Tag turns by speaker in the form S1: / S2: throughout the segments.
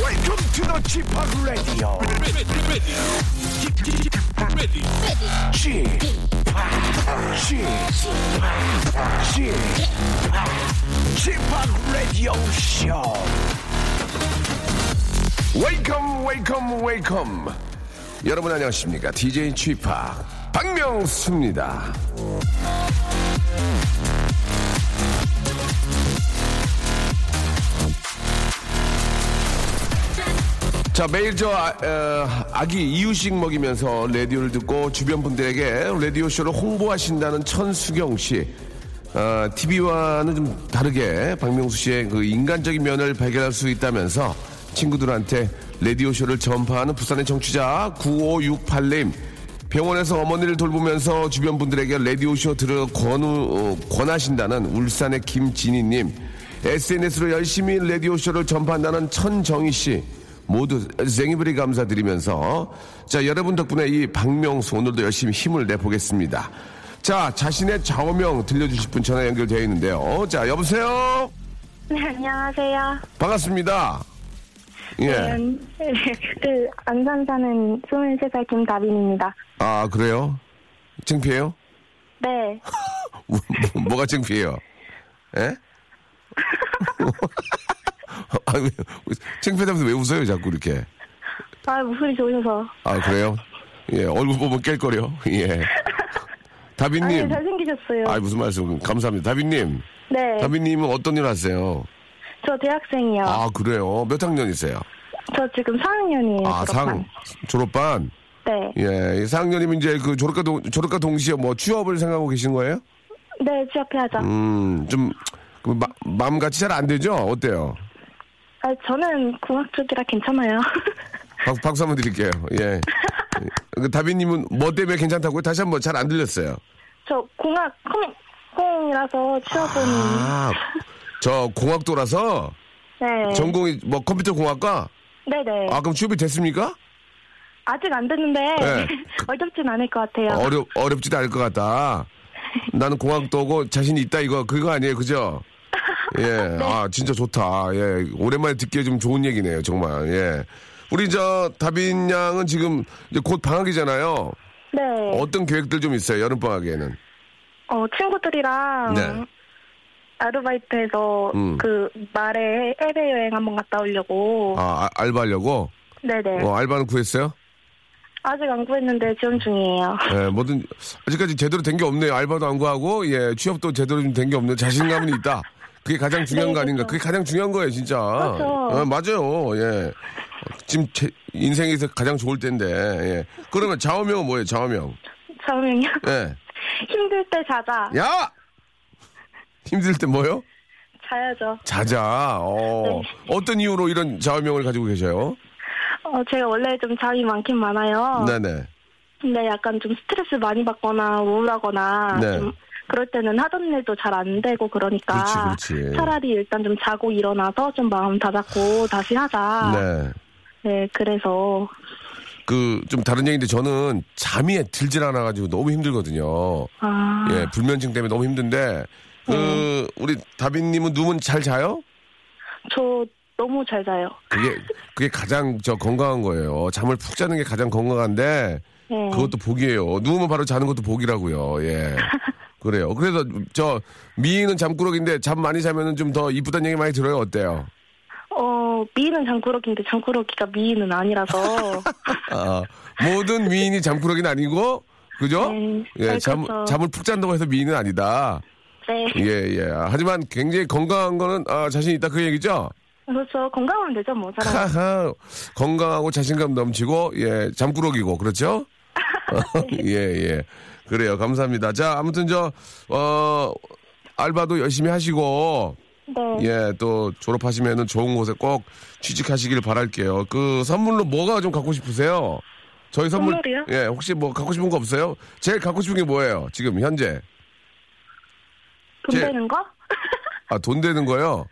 S1: Welcome to the Chip Radio. Chip, Chip, Chip, Radio Show. Welcome, welcome, welcome. 여러분 안녕하십니까? DJ Chip 박명수입니다. 자 매일 저 아, 기 이유식 먹이면서 라디오를 듣고 주변 분들에게 라디오 쇼를 홍보하신다는 천수경 씨. 어, TV와는 좀 다르게 박명수 씨의 그 인간적인 면을 발견할 수 있다면서 친구들한테 라디오 쇼를 전파하는 부산의 정취자 9568님. 병원에서 어머니를 돌보면서 주변 분들에게 라디오 쇼 들어 권우, 어, 권하신다는 울산의 김진희님. SNS로 열심히 라디오쇼를 전파한다는 천정희 씨. 모두 생이브리 감사드리면서 자 여러분 덕분에 이 박명수 오늘도 열심히 힘을 내보겠습니다. 자 자신의 좌우명 들려주실 분 전화 연결되어 있는데요. 자 여보세요.
S2: 네, 안녕하세요.
S1: 반갑습니다. 예.
S2: 네, 그 안산 사는 23살 김다빈입니다.
S1: 아 그래요? 창피해요?
S2: 네.
S1: 뭐가 창피해요? 예? 아, 왜, 창피하다면서 왜 웃어요 자꾸 이렇게?
S2: 아, 목소리 좋으셔서.
S1: 아 그래요? 예 얼굴 보면 깰 거려. 예.
S2: 아, 네,
S1: 다빈님.
S2: 잘생기셨어요.
S1: 아 무슨 말씀? 감사합니다. 다빈님.
S2: 네.
S1: 다빈님은 어떤 일 하세요?
S2: 저 대학생이요.
S1: 아 그래요. 몇 학년이세요?
S2: 저 지금 4학년이에요.
S1: 아 상 졸업반.
S2: 네.
S1: 예, 이 4학년이면 이제 그 졸업과 동, 졸업과 동시에 뭐 취업을 생각하고 계신 거예요?
S2: 네, 취업해야죠.
S1: 음, 좀 그, 마, 마음 같이 잘 안 되죠? 어때요?
S2: 아, 저는 공학 쪽이라 괜찮아요.
S1: 박, 박수 한번 드릴게요. 예. 그 다빈님은 뭐 때문에 괜찮다고요? 다시 한번 잘 안 들렸어요.
S2: 저 공학 컴공이라서 취업은
S1: 아, 저 공학도라서
S2: 네.
S1: 전공이 뭐 컴퓨터 공학과.
S2: 네, 네.
S1: 아, 그럼 취업이 됐습니까?
S2: 아, 직안 됐는데
S1: 네.
S2: 어렵진 않을 것 같아요.
S1: 어렵 어렵지도 않을 것 같다. 나는 공학도고 자신 있다 이거 그거 아니에요, 그죠? 예,
S2: 네.
S1: 아 진짜 좋다. 예, 오랜만에 듣기에 좀 좋은 얘기네요, 정말. 예, 우리 저 다빈 양은 지금 이제 곧 방학이잖아요.
S2: 네.
S1: 어떤 계획들 좀 있어요, 여름 방학에는?
S2: 어, 친구들이랑
S1: 네.
S2: 아르바이트해서
S1: 음.
S2: 그 말에 해외 여행 한번 갔다 오려고.
S1: 아, 아, 알바하려고.
S2: 네네.
S1: 어, 알바는 구했어요?
S2: 아직 안 구했는데 지원 중이에요.
S1: 예, 뭐든 아직까지 제대로 된 게 없네요. 알바도 안 구하고, 예, 취업도 제대로 된 게 없네요. 자신감은 있다. 그게 가장 중요한
S2: 네,
S1: 거 아닌가?
S2: 그렇죠.
S1: 그게 가장 중요한 거예요, 진짜.
S2: 그렇죠.
S1: 예, 맞아요. 예. 지금 제 인생에서 가장 좋을 때인데. 예. 그러면 좌우명은 뭐예요? 좌우명.
S2: 저는요.
S1: 예.
S2: 힘들 때 자자.
S1: 야! 힘들 때 뭐요?
S2: 자야죠.
S1: 자자. 어. 어떤 이유로 이런 좌우명을 가지고 계셔요?
S2: 어, 제가 원래 좀 잠이 많긴 많아요.
S1: 네네.
S2: 근데 약간 좀 스트레스 많이 받거나 우울하거나
S1: 네.
S2: 좀 그럴 때는 하던 일도 잘 안 되고 그러니까
S1: 그렇지, 그렇지.
S2: 차라리 일단 좀 자고 일어나서 좀 마음 다잡고 다시 하자.
S1: 네.
S2: 네, 그래서
S1: 그, 좀 다른 얘기인데 저는 잠이 들질 않아가지고 너무 힘들거든요.
S2: 아, 네.
S1: 예, 불면증 때문에 너무 힘든데 그 우리 다빈님은 눈은 잘 자요?
S2: 저 너무 잘 자요.
S1: 그게 그게 가장 저 건강한 거예요. 잠을 푹 자는 게 가장 건강한데
S2: 네.
S1: 그것도 복이에요. 누우면 바로 자는 것도 복이라고요. 예. 그래요. 그래서 저 미인은 잠꾸러기인데 잠 많이 자면은 좀 더 이쁘다는 얘기 많이 들어요. 어때요?
S2: 어, 미인은 장꾸러기인데 장꾸러기가 미인은 아니라서.
S1: 아, 모든 미인이 잠꾸러기는 아니고 그죠?
S2: 네,
S1: 예,
S2: 네,
S1: 잠
S2: 그렇죠.
S1: 잠을 푹 잔다고 해서 미인은 아니다.
S2: 네.
S1: 예, 예. 하지만 굉장히 건강한 거는 아, 자신 있다 그 얘기죠?
S2: 그렇죠. 건강하면 되죠, 뭐. 사람.
S1: 하하, 건강하고 자신감 넘치고 예 잠꾸러기고 그렇죠? 예, 예예 그래요 감사합니다. 자 아무튼 저 어 알바도 열심히 하시고
S2: 네.
S1: 예, 또 졸업하시면은 좋은 곳에 꼭 취직하시길 바랄게요. 그 선물로 뭐가 좀 갖고 싶으세요? 저희 선물
S2: 선물이요?
S1: 예, 혹시 뭐 갖고 싶은 거 없어요? 제일 갖고 싶은 게 뭐예요? 지금 현재
S2: 돈
S1: 제-
S2: 되는 거?
S1: 아 돈 되는 거요?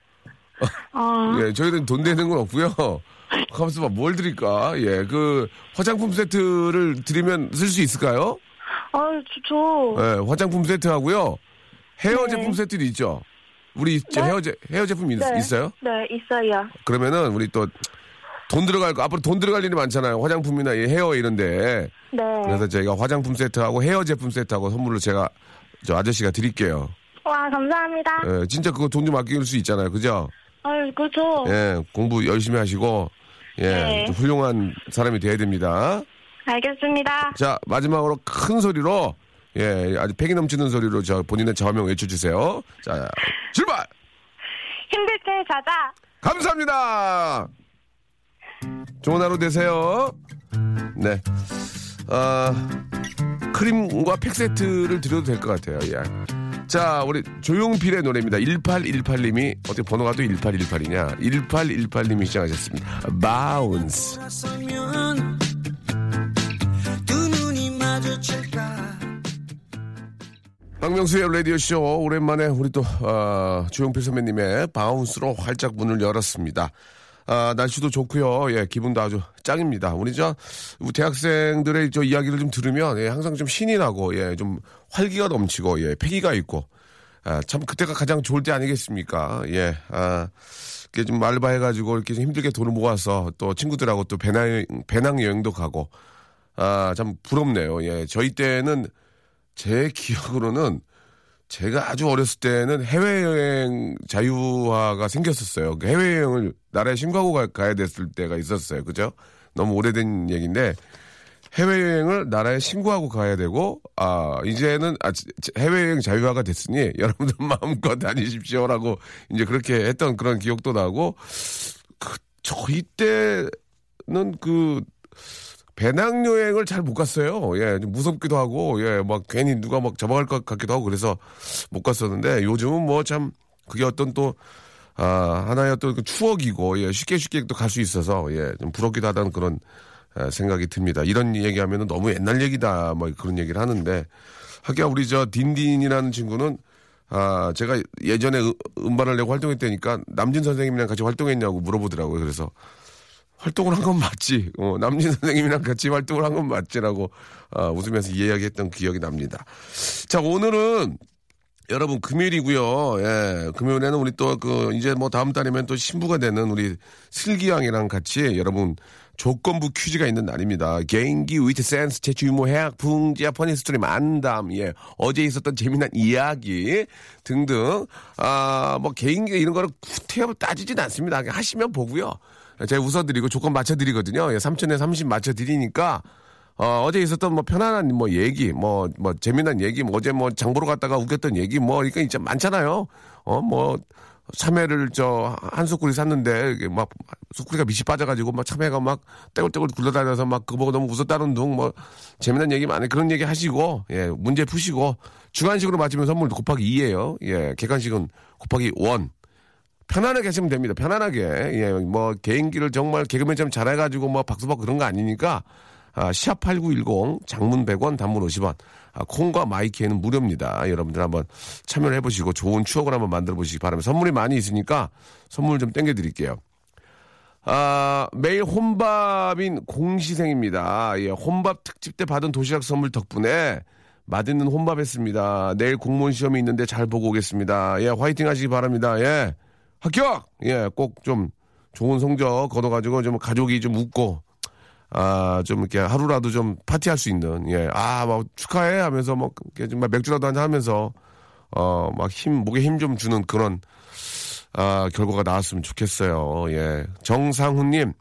S2: 아,
S1: 예, 저희는 돈 되는 건 없고요. 가만있어 봐, 뭘 드릴까? 예, 그 화장품 세트를 드리면 쓸 수 있을까요?
S2: 아유, 어, 좋죠.
S1: 예, 화장품 세트 하고요. 헤어
S2: 네.
S1: 제품 세트도 있죠. 우리 제 헤어 제 헤어 제품 있,
S2: 네.
S1: 있어요?
S2: 네, 있어요.
S1: 그러면은 우리 또 돈 들어갈 거 앞으로 돈 들어갈 일이 많잖아요. 화장품이나 이 헤어 이런데
S2: 네.
S1: 그래서 저희가 화장품 세트하고 헤어 제품 세트하고 선물로 제가 저 아저씨가 드릴게요.
S2: 와, 감사합니다.
S1: 예, 진짜 그거 돈 좀 아낄 수 있잖아요. 그죠?
S2: 아유, 그렇죠.
S1: 예, 공부 열심히 하시고 예,
S2: 네.
S1: 좀 훌륭한 사람이 돼야 됩니다.
S2: 알겠습니다.
S1: 자, 마지막으로 큰 소리로 예, 아주 패기 넘치는 소리로 저 본인의 좌명 외쳐 주세요. 자, 출발!
S2: 힘들 때 자자.
S1: 감사합니다. 좋은 하루 되세요. 네. 아, 크림과 팩 세트를 드려도 될 것 같아요. 예. 자, 우리 조용필의 노래입니다. 1818님이 어떻게 번호가 또 1818이냐? 1818님이 시작하셨습니다. 바운스.
S3: 돌아서면 두 눈이 마주칠까
S1: 박명수의 라디오쇼 오랜만에 우리 또 아, 조용필 선배님의 바운스로 활짝 문을 열었습니다. 아, 날씨도 좋고요. 예, 기분도 아주 짱입니다. 우리 저 우리 대학생들의 저 이야기를 좀 들으면 예, 항상 좀 신이 나고 예, 좀 활기가 넘치고 예, 패기가 있고 아, 참 그때가 가장 좋을 때 아니겠습니까? 예. 아, 이렇게 좀 알바해가지고 이렇게 좀 힘들게 돈을 모아서 또 친구들하고 또 배낭 배낭 여행도 가고 아, 참 부럽네요. 예. 저희 때는 제 기억으로는 제가 아주 어렸을 때는 해외여행 자유화가 생겼었어요. 그 해외여행을 나라에 신고하고 가, 가야 됐을 때가 있었어요. 그죠? 너무 오래된 얘기인데 해외여행을 나라에 신고하고 가야 되고 아 이제는 아, 지- 지- 해외여행 자유화가 됐으니 여러분들 마음껏 다니십시오라고 이제 그렇게 했던 그런 기억도 나고 그 저희 때는 그 배낭여행을 잘 못 갔어요. 예, 좀 무섭기도 하고, 예, 막 괜히 누가 막 잡아갈 것 같기도 하고 그래서 못 갔었는데 요즘은 뭐 참 그게 어떤 또, 아, 하나의 어떤 그 추억이고, 예, 쉽게 쉽게 또 갈 수 있어서, 예, 좀 부럽기도 하다는 그런 예, 생각이 듭니다. 이런 얘기하면 너무 옛날 얘기다, 뭐 그런 얘기를 하는데, 하기야 우리 저 딘딘이라는 친구는 아, 제가 예전에 음- 음반을 내고 활동했다니까 남진 선생님이랑 같이 활동했냐고 물어보더라고요. 그래서 활동을 한 건 맞지. 어, 남진 선생님이랑 같이 활동을 한 건 맞지라고 아, 웃으면서 이야기했던 기억이 납니다. 자, 오늘은 여러분 금요일이고요. 예, 금요일에는 우리 또 그 이제 뭐 다음 달이면 또 신부가 되는 우리 슬기양이랑 같이 여러분 조건부 퀴즈가 있는 날입니다. 개인기 위트 센스 제주 유머 해학 풍지야 퍼니 스토리 만담 예 어제 있었던 재미난 이야기 등등 아 뭐 개인기 이런 거를 구태여 따지진 않습니다. 그냥 하시면 보고요. 제가 웃어드리고 조건 맞춰드리거든요. 예, 3천에 30 맞춰드리니까 어, 어제 있었던 뭐 편안한 뭐 얘기, 뭐, 뭐 재미난 얘기, 뭐 어제 뭐 장 보러 갔다가 웃겼던 얘기, 뭐, 그러니까 진짜 많잖아요. 어, 뭐, 참외를 저, 한 소쿠리 샀는데, 이게 막, 소쿠리가 밑이 빠져가지고, 막 참외가 막, 떼굴떼굴 굴러다녀서 막, 그거 보고 너무 웃었다는 둥, 뭐, 재미난 얘기 많아요. 그런 얘기 하시고, 예, 문제 푸시고, 주간식으로 맞으면 선물 곱하기 2예요 예, 객관식은 곱하기 1. 편안하게 하시면 됩니다. 편안하게. 예, 뭐, 개인기를 정말 개그맨처럼 잘해가지고, 뭐, 박수 받고 그런 거 아니니까, 아, 샵8910, 장문 100원, 단문 50원, 아, 콩과 마이키에는 무료입니다. 여러분들 한번 참여를 해보시고, 좋은 추억을 한번 만들어 보시기 바랍니다. 선물이 많이 있으니까, 선물 좀 땡겨드릴게요. 아, 매일 혼밥인 공시생입니다. 예, 혼밥 특집 때 받은 도시락 선물 덕분에 맛있는 혼밥 했습니다. 내일 공무원 시험이 있는데 잘 보고 오겠습니다. 예, 화이팅 하시기 바랍니다. 예, 합격! 예, 꼭 좀 좋은 성적 거둬가지고 좀 가족이 좀 웃고, 아, 좀 이렇게 하루라도 좀 파티할 수 있는, 예, 아, 막 축하해 하면서 막, 이렇게 좀막 맥주라도 한잔 하면서, 어, 막 힘, 목에 힘 좀 주는 그런 아, 결과가 나왔으면 좋겠어요. 예. 정상훈님,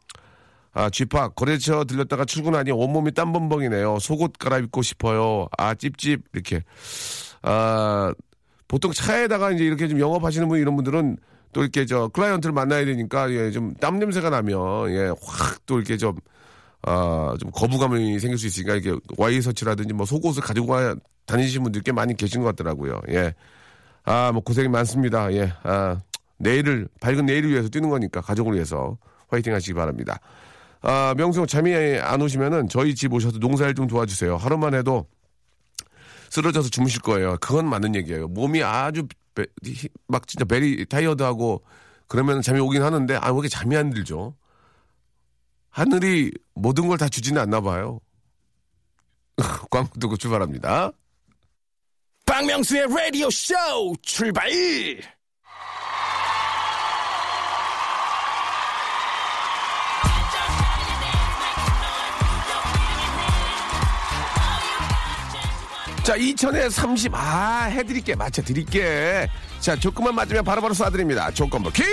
S1: 아, 쥐팍, 거래처 들렸다가 출근하니 온몸이 땀범벅이네요. 속옷 갈아입고 싶어요. 아, 찝찝, 이렇게. 아, 보통 차에다가 이제 이렇게 좀 영업하시는 분 이런 분들은 또 이렇게 저 클라이언트를 만나야 되니까 예, 좀 땀 냄새가 나면 예, 확 또 이렇게 좀 아, 좀 거부감이 생길 수 있으니까 이렇게 와이 셔츠라든지 뭐 속옷을 가지고 와- 다니시는 분들 꽤 많이 계신 것 같더라고요. 예. 아, 뭐 고생이 많습니다. 예. 아, 내일을, 밝은 내일을 위해서 뛰는 거니까, 가족을 위해서 화이팅 하시기 바랍니다. 아, 명수 잠이 안 오시면은 저희 집 오셔서 농사일 좀 도와주세요. 하루만 해도 쓰러져서 주무실 거예요. 그건 맞는 얘기예요. 몸이 아주 배- 히- 막 진짜 베리 타이어드하고 그러면 잠이 오긴 하는데 아, 왜 이렇게 잠이 안 들죠? 하늘이 모든 걸 다 주지는 않나 봐요. 광고 듣고 출발합니다.
S4: 박명수의 라디오 쇼 출발!
S1: 자, 2000에 30. 아, 해드릴게. 맞춰드릴게. 자, 조건만 맞으면 바로바로 쏴드립니다. 조건부 퀴즈!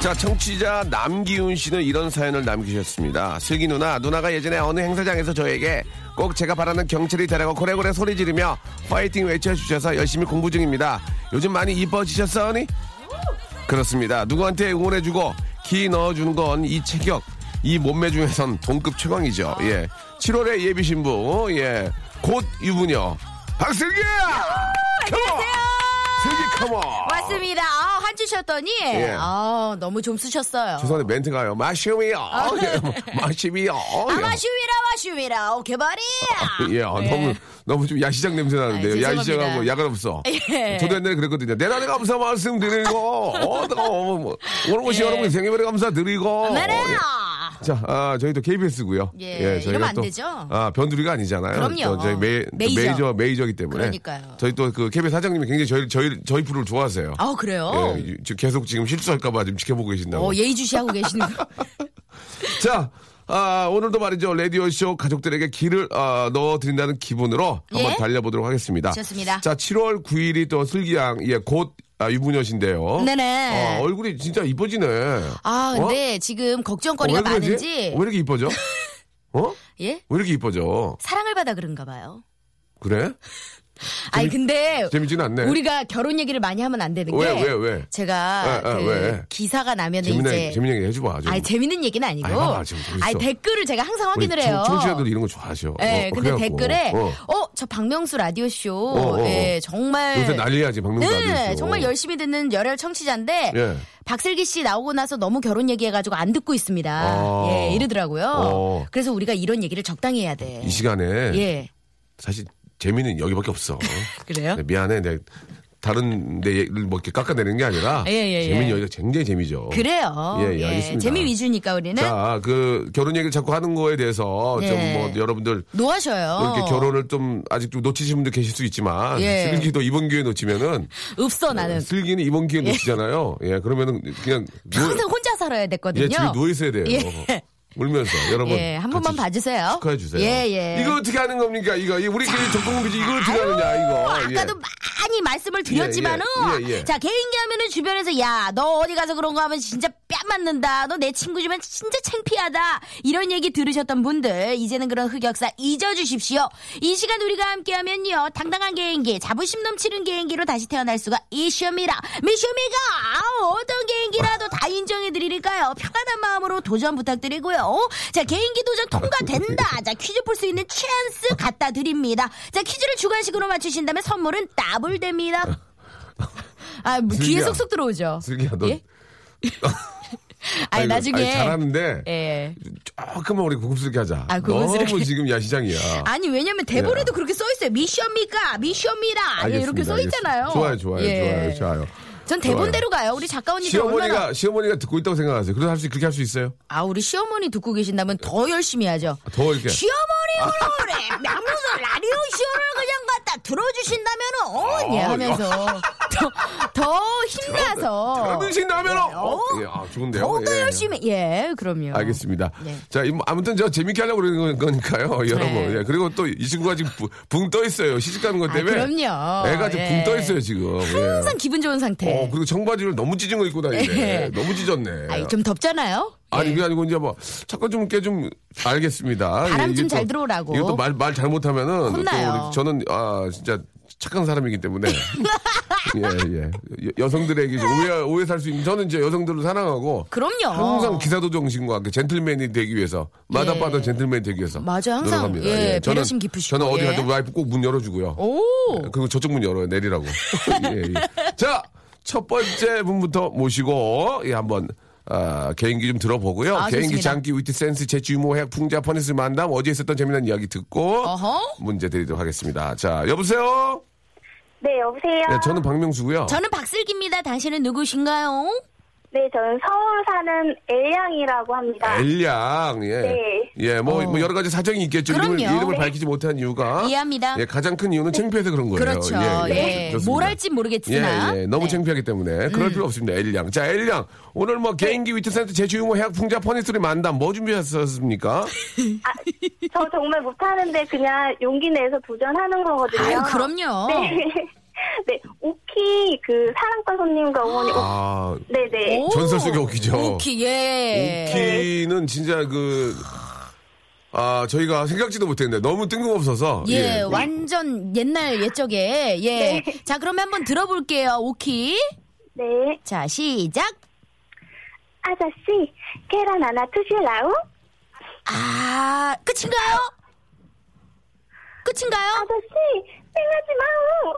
S1: 자, 청취자 남기훈 씨는 이런 사연을 남기셨습니다. 슬기 누나, 누나가 예전에 어느 행사장에서 저에게 꼭 제가 바라는 경찰이 되라고 고래고래 소리 지르며 파이팅 외쳐주셔서 열심히 공부 중입니다. 요즘 많이 이뻐지셨어니? 그렇습니다. 누구한테 응원해주고 기 넣어주는 건 이 체격, 이 몸매 중에선 동급 최강이죠. 예. 7월의 예비 신부, 예. 곧 유부녀 박슬기! 안녕하세요. 슬기 컴온.
S5: 맞습니다. 아, 한주 쉬었더니
S1: 예.
S5: 아, 너무 좀 쓰셨어요. 아, 네.
S1: 죄송한데 멘트가요. 마시미요. 예, 마시미요.
S5: 아마 슈미라 와 슈미라 오케바리.
S1: 예, 아, 너무 너무 좀 야시장 냄새
S5: 네. 아이,
S1: 나는데요.
S5: 죄송합니다.
S1: 야시장하고 야간 없어.
S5: 예.
S1: 저도 옛날에 그랬거든요. 내 나라에 감사 말씀드리고 어, 어, 어, 뭐, 오늘
S5: 예.
S1: 오신 여러분 생일에 감사드리고.
S5: 나라.
S1: 어, 예. 자, 아, 저희 또 KBS고요.
S5: 아, 예, 이러면 안 되죠.
S1: 아, 변두리가 아니잖아요.
S5: 그럼요. 어,
S1: 또 저희 메,
S5: 메이저.
S1: 메이저 메이저기 때문에.
S5: 그러니까요.
S1: 저희 또 그 KBS 사장님이 굉장히 저희 저희 저희 프로를 좋아하세요.
S5: 아 그래요.
S1: 예, 이- 지금 계속 지금 실수할까봐 지금 지켜보고 계신다고.
S5: 어, 예의주시하고 계시는 거.
S1: 자, 아, 오늘도 말이죠. 라디오쇼 가족들에게 길을 아, 넣어드린다는 기분으로 한번
S5: 예?
S1: 달려보도록 하겠습니다.
S5: 좋습니다.
S1: 자, 7월 9일이 또 슬기양, 예, 곧 아, 유부녀신데요.
S5: 네네.
S1: 어, 얼굴이 진짜 이뻐지네.
S5: 아
S1: 어?
S5: 근데 지금
S1: 어,
S5: 걱정거리가
S1: 왜 그러지?
S5: 많은지
S1: 왜 이렇게 이뻐져? 어?
S5: 예
S1: 왜 이렇게 이뻐져?
S5: 사랑을 받아 그런가 봐요.
S1: 그래?
S5: 아니 근데
S1: 재밌진 않네.
S5: 우리가 결혼 얘기를 많이 하면 안 되는
S1: 왜,
S5: 게
S1: 왜, 왜?
S5: 제가
S1: 예, 예,
S5: 그
S1: 왜?
S5: 기사가 나면
S1: 재밌는,
S5: 이제
S1: 얘기- 재밌는 얘기 해줘봐. 좀.
S5: 아니 재밌는 얘기는 아니고
S1: 아니, 봐봐, 지금 재밌어.
S5: 아니, 댓글을 제가 항상
S1: 우리
S5: 확인을
S1: 청-
S5: 해요.
S1: 청취자들 이런 거 좋아하셔.
S5: 예,
S1: 어,
S5: 근데
S1: 그래갖고.
S5: 댓글에
S1: 어.
S5: 어 저 박명수 라디오 쇼
S1: 어, 어,
S5: 예,
S1: 어.
S5: 정말
S1: 요새 난리야지, 박명수
S5: 네,
S1: 라디오 쇼.
S5: 정말 열심히 듣는 열혈 청취자인데
S1: 예.
S5: 박슬기 씨 나오고 나서 너무 결혼 얘기해가지고 안 듣고 있습니다.
S1: 아.
S5: 예, 이러더라고요.
S1: 어.
S5: 그래서 우리가 이런 얘기를 적당히 해야 돼.
S1: 이 시간에
S5: 예,
S1: 사실 재미는 여기밖에 없어.
S5: 그래요?
S1: 네, 미안해. 내 다른 데를 뭐 이렇게 깎아내는 게 아니라
S5: 예, 예, 예.
S1: 재미는 여기가 굉장히 재미죠.
S5: 그래요. 네?
S1: 예, 예, 알겠습니다.
S5: 재미 위주니까 우리는
S1: 자, 그 결혼 얘기를 자꾸 하는 거에 대해서
S5: 네.
S1: 좀 뭐 여러분들
S5: 노하셔요.
S1: 뭐 이렇게 결혼을 좀 아직도 놓치신 분들 계실 수 있지만
S5: 어. 예. 아, 네.
S1: 슬기도 이번 기회에 놓치면은
S5: 없어 나는
S1: 슬기는 이번 기회에 놓치잖아요. 예, 그러면은 그냥 누워,
S5: 항상 혼자 살아야 됐거든요.
S1: 예, 집에 누워 있어야 돼요.
S5: 예.
S1: 울면서 여러분
S5: 예, 한
S1: 같이
S5: 번만 봐주세요.
S1: 축하해 주세요.
S5: 예, 예.
S1: 이거 어떻게 하는 겁니까? 이거 이 우리끼리 그 적공 비지 이거 어떻게 하느냐
S5: 어,
S1: 이거. 예.
S5: 아까도 많이 말씀을 드렸지만은
S1: 예, 예, 예.
S5: 자 개인기 하면은 주변에서 야 너 어디 가서 그런 거 하면 진짜 뺨 맞는다 너 내 친구지만 진짜 창피하다 이런 얘기 들으셨던 분들 이제는 그런 흑역사 잊어주십시오 이 시간 우리가 함께하면요 당당한 개인기 자부심 넘치는 개인기로 다시 태어날 수가 있습니다 미쇼미가 어떤 개인기라도 다 인정해드리니까요 편안한 마음으로 도전 부탁드리고요 자 개인기 도전 통과된다 자 퀴즈 풀 수 있는 찬스 갖다 드립니다 자 퀴즈를 주관식으로 맞추신다면 선물은 더블 됩니다 아, 뭐 귀에
S1: 슬기야.
S5: 쏙쏙 들어오죠.
S1: 슬기야 너
S5: 예? 아니,
S1: 이거-
S5: 나중에.
S1: 아니, 잘하는데
S5: 예.
S1: 조금만 우리 고급스럽게 하자.
S5: 아, 고급스럽게.
S1: 너무 지금 야시장이야.
S5: 아니, 왜냐면 대본에도 그렇게 써 있어요. 미션미가, 미션미라. 예,
S1: 예. 알겠습니다,
S5: 이렇게 써
S1: 알겠습니다.
S5: 있잖아요.
S1: 좋아요, 좋아요, 좋아요,
S5: 예.
S1: 좋아요.
S5: 전 대본대로 가요. 우리 작가 언니들
S1: 시어머니가
S5: 얼마나.
S1: 시어머니가 듣고 있다고 생각하세요. 그래서 할 수, 그렇게 할 수 있어요?
S5: 아, 우리 시어머니 듣고 계신다면 더 열심히 하죠.
S1: 아, 더 이렇게.
S5: 시어머니 그래. 명무서 라디오 쇼를 그냥 갖다 들어주신다면, 은 어, 예,
S1: 아,
S5: 하면서. 더, 더 힘나서.
S1: 들으신다면 어?
S5: 어?
S1: 예, 아, 좋은데요.
S5: 더욱더
S1: 예.
S5: 열심히. 예, 그럼요.
S1: 알겠습니다.
S5: 예.
S1: 자, 이- 아무튼 저 재밌게 하려고 그러는 건- 거니까요, 여러분.
S5: 네.
S1: 예, 그리고 또 이 친구가 지금 붕 떠 있어요. 시집 가는 것
S5: 아,
S1: 때문에.
S5: 그럼요.
S1: 애가 지금
S5: 예.
S1: 붕떠 있어요, 지금. 예.
S5: 항상 기분 좋은 상태.
S1: 어, 그리고 청바지를 너무 찢은 거 입고 다니네.
S5: 예.
S1: 너무 찢었네.
S5: 아니, 좀 덥잖아요?
S1: 아니 그게 아니고 이제 뭐 잠깐 좀 이렇게 좀 알겠습니다.
S5: 예. 바람
S1: 예,
S5: 좀
S1: 이것도-
S5: 잘 들어오라고.
S1: 이것도 말 말 잘못하면은
S5: 혼나요.
S1: 또 우리- 저는 아 진짜 착한 사람이기 때문에. 예, 예. 여, 성들에게 오해, 오해 살 수 있는, 저는 이제 여성들을 사랑하고.
S5: 그럼요. 어.
S1: 항상 기사도 정신과 함께 젠틀맨이 되기 위해서. 마다빠다 젠틀맨이 되기 위해서.
S5: 예. 맞아요. 항상,
S1: 노력합니다.
S5: 예, 배려심 깊으시고,
S1: 저는 어디
S5: 예.
S1: 가도 와이프 꼭 문 열어주고요.
S5: 오.
S1: 예, 그리고 저쪽 문 열어요. 내리라고. 예, 예. 자, 첫 번째 분부터 모시고, 예, 한번. 아, 개인기 좀 들어보고요.
S5: 아,
S1: 개인기
S5: 좋습니다.
S1: 장기 위트 센스 재치 유모 해학 풍자 퍼니스 만담 어제 있었던 재미난 이야기 듣고
S5: 어허.
S1: 문제 드리도록 하겠습니다. 자, 여보세요?
S2: 네, 여보세요.
S1: 네, 저는 박명수고요.
S5: 저는 박슬기입니다. 당신은 누구신가요?
S2: 네, 저는 서울 사는 엘양이라고
S1: 아,
S2: 합니다.
S1: 엘량, 예.
S2: 네.
S1: 예, 뭐, 뭐 여러 가지 사정이 있겠죠. 이름을,
S5: 어. 그럼요.
S1: 이름을
S5: 네.
S1: 밝히지 못한 이유가.
S5: 이해합니다. 네.
S1: 예, 가장 큰 이유는 창피해서 그런 거예요.
S5: 그렇죠. 예.
S1: 좋습니다.
S5: 뭘 할지 모르겠으나.
S1: 예, 예. 너무
S5: 네.
S1: 창피하기 때문에. 그럴 필요 없습니다. 엘량. 자, 엘량. 오늘 뭐
S5: 네.
S1: 개인기 위트센터 제주유모 해학 풍자 퍼니스토리 만담 뭐 준비하셨습니까?
S2: 아, 저 정말 못하는데 그냥 용기 내서 도전하는 거거든요.
S5: 아유, 그럼요.
S2: 네. 네, 오키 그 사랑과 손님과 어머니. 오-
S1: 아,
S2: 네네.
S5: 오.
S1: 전설 속의 오키죠.
S5: 오키, 예.
S1: 오키는 진짜 그, 아, 저희가 생각지도 못했는데 너무 뜬금없어서.
S5: 예,
S1: 예.
S5: 완전 옛날 옛적에. 예.
S1: 네.
S5: 자, 그러면 한번 들어볼게요. 오키.
S2: 네.
S5: 자, 시작.
S2: 아저씨, 계란 하나 드실라우?
S5: 아, 끝인가요? 끝인가요?
S2: 아저씨, 땡하지 마우.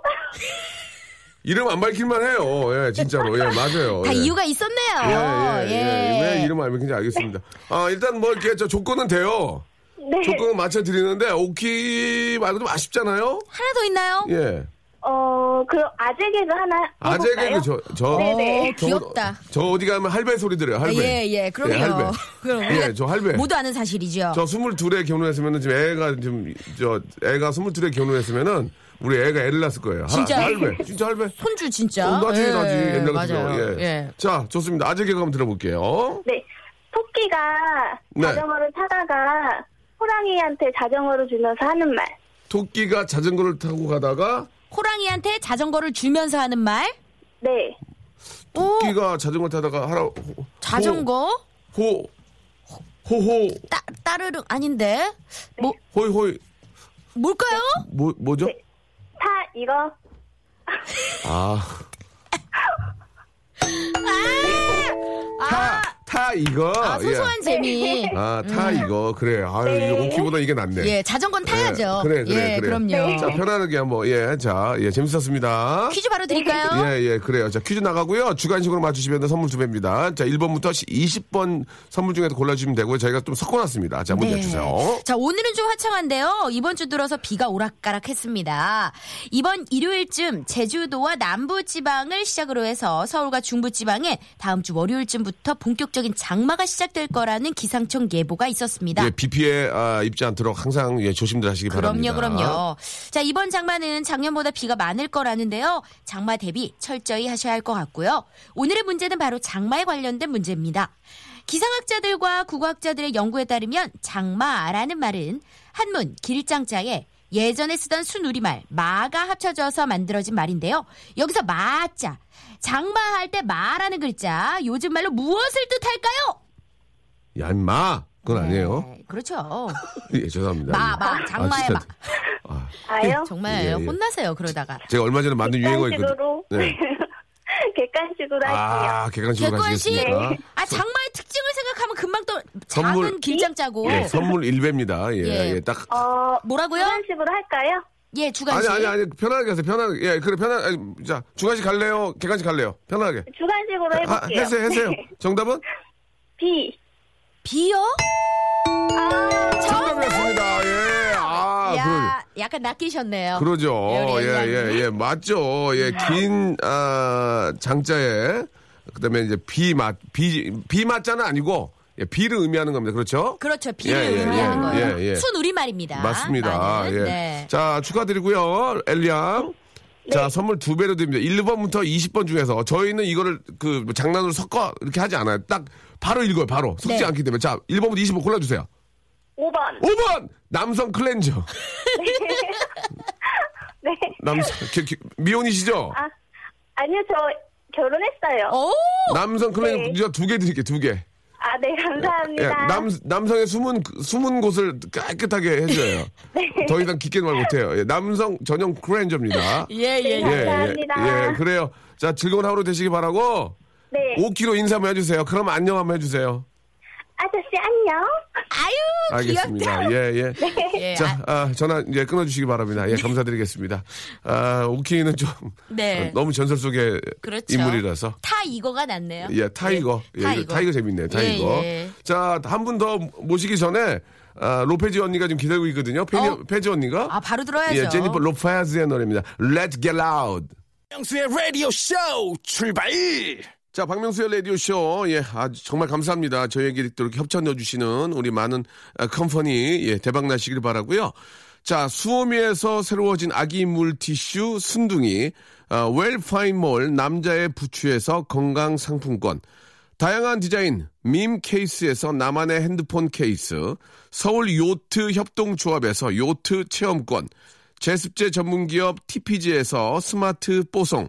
S1: 이름 안 밝힐만 해요. 예, 진짜로. 예, 맞아요.
S5: 다
S1: 예.
S5: 이유가 있었네요.
S1: 예, 예, 예. 왜 이름을 알면 그냥 알겠습니다. 아, 일단 뭐 이렇게 저 조건은 돼요.
S2: 네.
S1: 조건은 맞춰드리는데, 오키 말고 좀 아쉽잖아요?
S5: 하나 더 있나요?
S1: 예.
S2: 어, 그 아재 개그 하나 해볼까요?
S1: 아재 개그 저, 저.
S2: 네네.
S5: 어, 귀엽다.
S1: 저 어디 가면 할배 소리 들어요, 할배.
S5: 예, 예, 그럼요.
S1: 할배.
S5: 그럼
S1: 예, 저 할배.
S5: 모두 아는 사실이죠.
S1: 저 22에 결혼했으면은 지금 애가 지금, 저, 애가 22에 결혼했으면은 우리 애가 애를 낳았을 거예요.
S5: 진짜요?
S1: 할- 할배. 진짜 할배.
S5: 손주 진짜.
S1: 어, 나지,
S5: 예,
S1: 나지. 옛날 같은
S5: 맞아요.
S1: 경우. 예.
S5: 예.
S1: 자, 좋습니다. 아재 개그 한번 들어볼게요.
S2: 네. 토끼가
S1: 네.
S2: 자전거를 타다가 호랑이한테 자전거를 주면서 하는 말.
S1: 토끼가 자전거를 타고 가다가
S5: 호랑이한테 자전거를 주면서 하는 말.
S2: 네.
S5: 오,
S1: 토끼가 자전거 타다가 하라 호, 호-
S5: 자전거
S1: 호 호호
S5: 따 따르릉 아닌데. 뭐
S1: 호이 호이
S5: 뭘까요?
S1: 뭐 뭐죠?
S2: 타 이거
S1: 아.
S5: 아,
S1: 타 이거
S5: 아 소소한 재미.
S1: 예. 아, 타 이거 그래. 아유, 이거 오키보다 이게 낫네.
S5: 예, 자전거는 타야죠.
S1: 예, 그래, 그래,
S5: 예,
S1: 그래.
S5: 럼요
S1: 자, 편안하게 한번 예. 자, 예, 재밌었습니다.
S5: 퀴즈 바로 드릴까요?
S1: 예, 예, 그래요. 자, 퀴즈 나가고요. 주간식으로 맞추시면 선물 두 배입니다. 자, 1번부터 20번 선물 중에서 골라주시면 되고요. 저희가 좀 섞어놨습니다. 자, 문제
S5: 네.
S1: 주세요.
S5: 자, 오늘은 좀 화창한데요. 이번 주 들어서 비가 오락가락 했습니다. 이번 일요일쯤 제주도와 남부지방을 시작으로 해서 서울과 중부지방에 다음 주 월요일쯤부터 본격적인 장마가 시작될 거라는 기상청 예보가 있었습니다.
S1: 예, 비 피해 아, 입지 않도록 항상 예, 조심들 하시기 바랍니다.
S5: 그럼요, 그럼요. 자, 이번 장마는 작년보다 비가 많을 거라는데요. 장마 대비 철저히 하셔야 할 것 같고요. 오늘의 문제는 바로 장마에 관련된 문제입니다. 기상학자들과 국어학자들의 연구에 따르면 장마라는 말은 한문 길장자에 예전에 쓰던 순우리말 마가 합쳐져서 만들어진 말인데요. 여기서 마자 장마할 때 마라는 글자 요즘 말로 무엇을 뜻할까요?
S1: 야, 인마. 그건 아니에요.
S5: 네, 그렇죠.
S1: 예, 죄송합니다.
S5: 마, 마, 장마의
S1: 진짜.
S5: 마.
S2: 아요?
S5: 정말
S1: 예, 예.
S5: 혼나세요 그러다가.
S1: 제가 얼마 전에 만든 유행어 있거든요. 네.
S2: 객관식으로 객관식으로 할게요.
S1: 아, 객관식으로
S5: 객관식.
S1: 가시겠습니까?
S5: 아 장마의 특징을 생각하면 금방 또
S1: 선물.
S5: 작은 길장 짜고.
S1: 예, 선물 1배입니다. 예,
S5: 예.
S1: 예, 딱.
S2: 어,
S5: 뭐라고요?
S2: 객관식으로 할까요?
S5: 예 주간식.
S1: 아니, 아니, 아니, 편하게 하세요. 편하게. 예, 그래, 편하게. 아니, 자, 중간식 갈래요? 객관식 갈래요? 편하게.
S2: 주관식으로
S1: 아,
S2: 해볼게요. 네.
S1: 해세요, 해세요. 정답은?
S2: B.
S5: 비요?
S1: 정답이었습니다.
S2: 네.
S1: 예, 아, 그러죠.
S5: 야 약간 낚이셨네요.
S1: 그러죠.
S5: 우리
S1: 예,
S5: 엘리아님.
S1: 예, 예. 맞죠. 예, 긴, 아, 장자에, 그 다음에 이제 비 맞, 비, 비 맞자는 아니고, 예, 비를 의미하는 겁니다. 그렇죠?
S5: 그렇죠. 비를
S1: 예, 예,
S5: 의미하는
S1: 예,
S5: 거예요.
S1: 예, 예.
S5: 순 우리 말입니다.
S1: 맞습니다. 예.
S5: 네.
S1: 자, 축하드리고요. 엘리양.
S2: 네.
S1: 자, 선물 두 배로 드립니다. 1번부터 20번 중에서 저희는 이거를 그뭐 장난으로 섞어 이렇게 하지 않아요. 딱 바로 읽어요. 바로. 섞지
S5: 네.
S1: 않기 때문에. 자, 1번부터 20번 골라 주세요.
S2: 5번.
S1: 5번 남성 클렌저.
S2: 네.
S1: 남성 기- 기- 미혼이시죠?
S2: 아, 아니요, 저 결혼했어요.
S5: 오
S1: 남성 클렌저 두 개 드릴게요. 두 개.
S2: 아, 아, 네,
S1: 예,
S2: 감사합니다.
S1: 남, 남성의 숨은, 숨은 곳을 깨끗하게 해줘요.
S2: 네.
S1: 더 이상 깊게 말 못해요. 예, 남성 전용 크렌저입니다.
S5: 예, 예.
S2: 네, 감사합니다.
S1: 예, 그래요. 자, 즐거운 하루 되시기 바라고
S2: 네.
S1: 5kg 인사 한번 해주세요. 그럼 안녕 한번 해주세요.
S2: 아저씨, 안녕.
S5: 아유, 귀엽다.
S1: 알겠습니다. 예, 예.
S2: 네.
S5: 예,
S1: 자, 아, 전화 이제 끊어주시기 바랍니다. 예, 감사드리겠습니다. 아, 오키는 좀
S5: 네.
S1: 어, 너무 전설 속의
S5: 그렇죠.
S1: 인물이라서.
S5: 타 이거가 낫네요.
S1: 예, 타이거. 예,
S5: 예,
S1: 이거
S5: 타이거.
S1: 타이거. 재밌네요. 타이거.
S5: 예.
S1: 자, 한 분 더 모시기 전에 아, 로페지 언니가 지금 기다리고 있거든요. 페
S5: 어.
S1: 페지 언니가.
S5: 아, 바로 들어야죠.
S1: 예, 제니퍼 로페즈의 노래입니다. Let's get loud.
S4: 박명수의 라디오 쇼 출발!
S1: 자, 박명수의 라디오쇼. 예, 아 정말 감사합니다. 저희에게 또 이렇게 협찬 넣어주시는 우리 많은 아, 컴퍼니, 예, 대박나시길 바라고요 자, 수오미에서 새로워진 아기 물티슈 순둥이, 아, 웰파인몰 남자의 부추에서 건강 상품권, 다양한 디자인, 밈 케이스에서 나만의 핸드폰 케이스, 서울 요트 협동조합에서 요트 체험권, 제습제 전문기업 TPG에서 스마트 뽀송,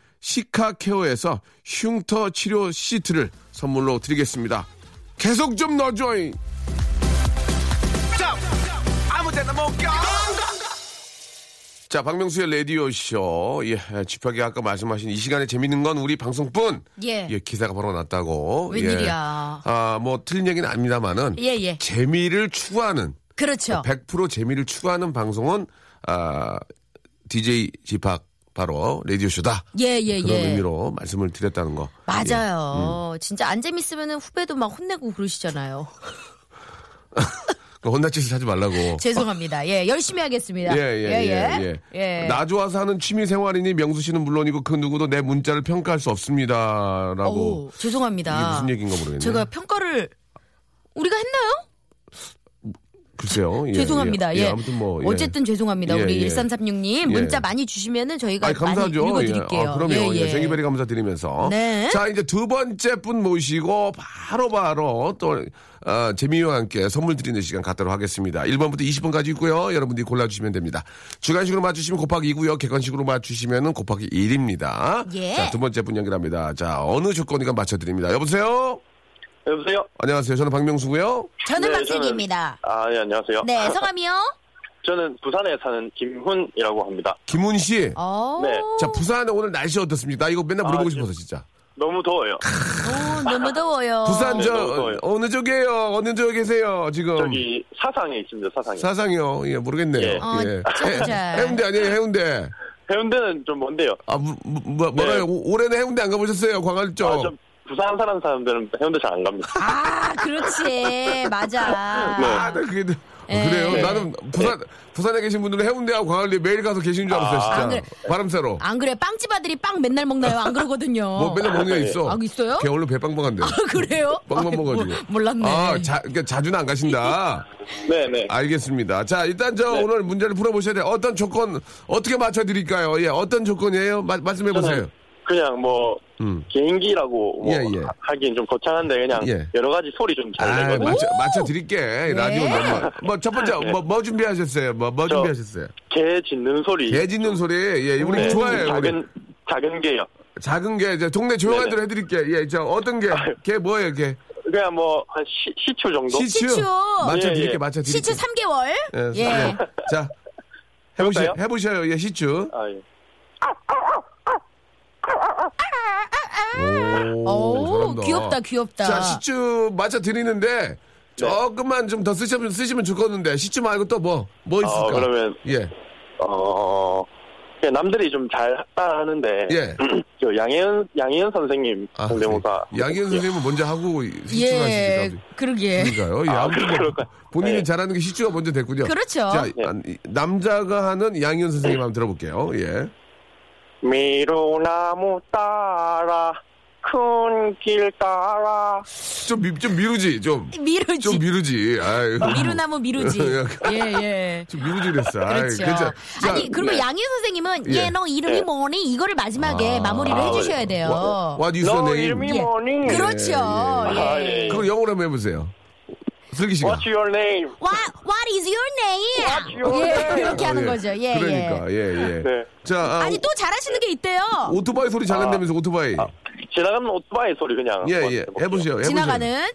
S1: 시카케어에서 흉터 치료 시트를 선물로 드리겠습니다. 계속 좀 넣어줘잉. 자, 박명수의 라디오쇼. 예, 집하게 아까 말씀하신 이 시간에 재밌는 건 우리 방송뿐.
S5: 예.
S1: 예, 기사가 바로 났다고.
S5: 웬일이야.
S1: 예. 아, 뭐, 틀린 얘기는 아닙니다만은.
S5: 예, 예.
S1: 재미를 추구하는,
S5: 그렇죠.
S1: 100% 재미를 추구하는 방송은, 아, DJ 집합 바로 라디오쇼다.
S5: 예, 예,
S1: 그런
S5: 예.
S1: 의미로 예. 음. 말씀을 드렸다는 거.
S5: 맞아요. 진짜 안 재밌으면 후배도 막 혼내고 그러시잖아요.
S1: 그 혼날 짓을 하지 말라고.
S5: 죄송합니다. 예, 열심히 하겠습니다.
S1: 예, 예, 예, 예.
S5: 예.
S1: 나 좋아서 하는 취미 생활이니 명수 씨는 물론이고 그 누구도 내 문자를 평가할 수 없습니다. 라고.
S5: 어우, 죄송합니다.
S1: 뭐 이게 무슨 얘기인가 모르겠네요.
S5: 제가 평가를 우리가 했나요?
S1: 글쎄요. 예,
S5: 죄송합니다. 예.
S1: 예. 아무튼 뭐. 예.
S5: 어쨌든 죄송합니다.
S1: 예,
S5: 우리
S1: 예.
S5: 1336님
S1: 예.
S5: 문자 많이 주시면은 저희가
S1: 아니, 감사하죠.
S5: 많이
S1: 예.
S5: 읽어드릴게요.
S1: 아, 그럼요. 예, 생일베리 감사드리면서.
S5: 네.
S1: 자, 이제 두 번째 분 모시고 바로바로 또, 아, 재미와 함께 선물 드리는 시간 갖도록 하겠습니다. 1번부터 20번까지 있고요. 여러분들이 골라주시면 됩니다. 주간식으로 맞추시면 곱하기 2고요. 객관식으로 맞추시면 곱하기 1입니다.
S5: 예.
S1: 자, 두 번째 분 연결합니다. 자, 어느 조건이가 맞춰드립니다. 여보세요?
S6: 여보세요?
S1: 안녕하세요. 저는 박명수고요.
S5: 저는
S6: 네,
S5: 박슬기입니다.
S6: 저는- 아, 예, 안녕하세요.
S5: 네, 성함이요?
S6: 저는 부산에 사는 김훈이라고 합니다.
S1: 김훈 씨.
S5: 어,
S6: 네.
S1: 자, 부산에 오늘 날씨 어떻습니까? 나 이거 맨날 물어보고
S6: 아,
S1: 싶어서 진짜.
S6: 너무 더워요.
S5: 오, 어, 너무 더워요.
S1: 부산
S6: 네,
S1: 저
S6: 너무 더워요.
S1: 어, 어느 쪽이에요? 어느 쪽에 계세요? 지금
S6: 저기 사상에 있습니다, 사상에.
S1: 사상이요. 예, 모르겠네요.
S6: 예.
S5: 어,
S1: 예.
S5: 저기 잘.
S1: 해운대 아니에요? 해운대.
S6: 해운대는 좀 먼데요.
S1: 아, 뭐, 뭐, 뭐라요?
S6: 네.
S1: 오- 올해는 해운대 안 가보셨어요? 광안리 쪽.
S6: 아, 좀 부산 사는 사람들은 해운대 잘 안 갑니다.
S5: 아, 그렇지. 맞아.
S6: 네.
S1: 아, 나 그게
S5: 예.
S1: 그래요.
S5: 네.
S1: 나는 부산 부산에 계신 분들은 해운대하고 광안리 매일 가서 계신 줄 알았어요,
S6: 아,
S1: 진짜.
S5: 안 그래.
S1: 바람새로.
S5: 안 그래. 빵집 네. 아들이 빵 맨날 먹나요? 안 그러거든요.
S1: 뭐 맨날 먹는
S6: 네.
S1: 게 있어.
S5: 아, 있어요?
S1: 걔 얼른 배빵빵한데.
S5: 아, 그래요?
S1: 빵만
S5: 아이고,
S1: 먹어가지고.
S5: 몰랐네.
S1: 아, 자, 그러니까 자주는 안 가신다.
S6: 네, 네.
S1: 알겠습니다. 자, 일단 저
S5: 네.
S1: 오늘 문제를 풀어보셔야 돼요. 어떤 조건, 어떻게 맞춰드릴까요? 예, 어떤 조건이에요? 마- 말씀해보세요.
S6: 저는 그냥 뭐
S1: 음.
S6: 개인기라고 뭐
S1: 예, 예.
S6: 하- 하긴 좀 거창한데 그냥
S1: 예.
S6: 여러 가지 소리 좀 잘
S1: 아,
S6: 내거든요.
S1: 맞춰, 맞춰드릴게. 라디오 너무. 뭐, 첫 번째, 뭐, 뭐 준비하셨어요? 뭐, 뭐
S6: 네. 아, 저-
S1: 준비하셨어요?
S6: 개 짖는 소리.
S1: 개 짖는 소리. 예, 우리
S6: 네,
S1: 좋아해요. 우리.
S6: 작은 작은 개요.
S1: 작은 개, 이제 동네 조용한
S6: 네네.
S1: 데로 해드릴게. 예, 저 어떤 개? 개 뭐예요, 개?
S6: 그냥 뭐 한 시초 정도.
S1: 시츄.
S5: 시츄.
S1: 맞춰드릴게,
S6: 예, 예.
S1: 맞춰드릴게.
S5: 시추 3개월.
S1: 예.
S5: 예.
S1: 예. 자, 해보셔,
S6: 해볼까요?
S1: 해보셔요. 예, 시츄.
S6: 아, 예.
S5: 오,
S1: 잘한다.
S5: 귀엽다, 귀엽다.
S1: 자, 시추 맞아
S6: 네.
S1: 드리는데 조금만 좀 더 쓰시면 쓰시면 좋겠는데 시추 말고 또 뭐 뭐 있을까?
S6: 어, 그러면
S1: 예,
S6: 어, 그냥 남들이 좀 잘 따라하는데,
S1: 예.
S6: 저 양혜은, 양혜은 선생님 성대모사.
S1: 양현 아, 선생님은 먼저 하고 시추
S5: 예.
S1: 하시지.
S5: 그러게.
S1: 그러니까요. 예, 아무튼 뭐
S6: 그럴까요? 예.
S1: 본인이
S6: 네.
S1: 잘하는 게 시추가 먼저 됐군요.
S5: 그렇죠.
S1: 자, 안- 이- 남자가 하는 양현 선생님 한번 들어볼게요. 예.
S6: 미로나무 따라 큰 길 따라
S1: 좀, 미, 좀 미루지, 좀.
S5: 미루지. 뭐
S1: 좀 미루지. 아유.
S5: 미루나무 미루지.
S1: 약간.
S5: 예, 예.
S1: 좀 미루지 그랬어. 아이,
S5: 그렇죠.
S1: 그렇죠. 자,
S5: 아니, 그리고
S6: 네.
S5: 양희 선생님은,
S1: 예. 아,
S5: 예, 너 이름이
S6: 예.
S5: 뭐니? 이거를 마지막에 마무리를 해주셔야 돼요.
S1: What is your
S6: 너
S1: name?
S6: 이름이
S5: 예.
S6: 뭐니?
S5: 그렇죠.
S1: 예,
S6: 예. 아,
S5: 예.
S6: 예.
S1: 그럼 영어로 한번 해보세요. 슬기 씨가.
S6: What's your name?
S5: What, what is your name?
S6: What's your
S5: 예,
S6: name?
S5: 그렇게 하는
S1: 어, 예.
S5: 거죠. 예, 예.
S1: 그러니까, 예, 예.
S6: 네. 아.
S1: 자, 아,
S5: 아니, 또 잘하시는 게 있대요.
S1: 오토바이 소리 잘 낸다면서 오토바이.
S6: 지나가는 오토바이 소리 그냥.
S1: 예,
S6: 한번
S1: 예.
S6: 해볼게요.
S1: 해보세요. 해보세요.
S5: 지나가는.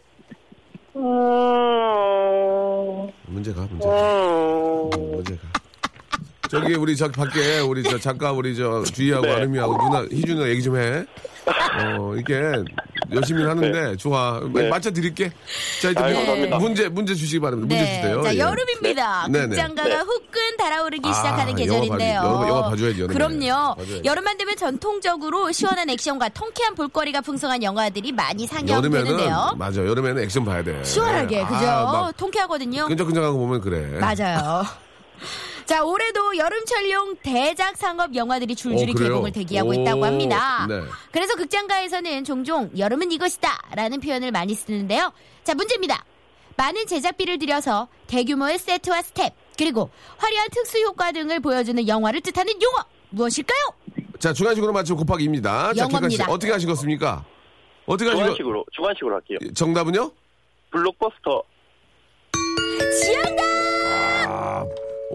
S6: 음,
S1: 문제가, 문제가.
S6: 음.
S1: 문제가. 저기, 우리 저 밖에, 우리 저 작가, 우리 저 주희하고
S6: 네.
S1: 아름이하고 누나, 희준 누나 얘기 좀 해. 어, 이게 열심히 하는데 좋아.
S6: 네.
S1: 맞춰 드릴게. 자, 일단
S6: 아유,
S1: 문-
S6: 감사합니다.
S1: 문제, 문제 주시기 바랍니다. 문제
S5: 네.
S1: 주세요.
S5: 자,
S1: 예.
S5: 여름입니다.
S1: 네, 네.
S5: 극장가가
S6: 네.
S5: 후끈 달아오르기
S1: 아,
S5: 시작하는
S1: 영화
S5: 계절인데요.
S1: 봐야지. 영화- 영화 봐줘야지, 네. 여름에.
S5: 그럼요.
S1: 봐줘야지.
S5: 여름만 되면 전통적으로 시원한 액션과 통쾌한 볼거리가 풍성한 영화들이 많이 상영되는데요.
S1: 여름에는 맞아 여름에는 액션 봐야 돼
S5: 시원하게,
S1: 아,
S5: 그죠?
S1: 막 네.
S5: 통쾌하거든요.
S1: 끈적끈적하고 보면 그래
S5: 맞아요. 자, 올해도 여름철용 대작 상업 영화들이 줄줄이
S1: 어, 그래요?
S5: 개봉을 대기하고
S1: 오,
S5: 있다고 합니다.
S1: 네.
S5: 그래서 극장가에서는 종종 여름은 이것이다 라는 표현을 많이 쓰는데요. 자, 문제입니다. 많은 제작비를 들여서 대규모의 세트와 스텝, 그리고 화려한 특수 효과 등을 보여주는 영화를 뜻하는 용어 무엇일까요?
S1: 자 중간식으로 맞추면 곱하기입니다 자,
S5: 영어입니다.
S1: 김가씨, 어떻게 하시겠습니까 어떻게 하시고
S6: 주관식으로 주관식으로 할게요.
S1: 예. 정답은요
S6: 블록버스터.
S5: 지연다!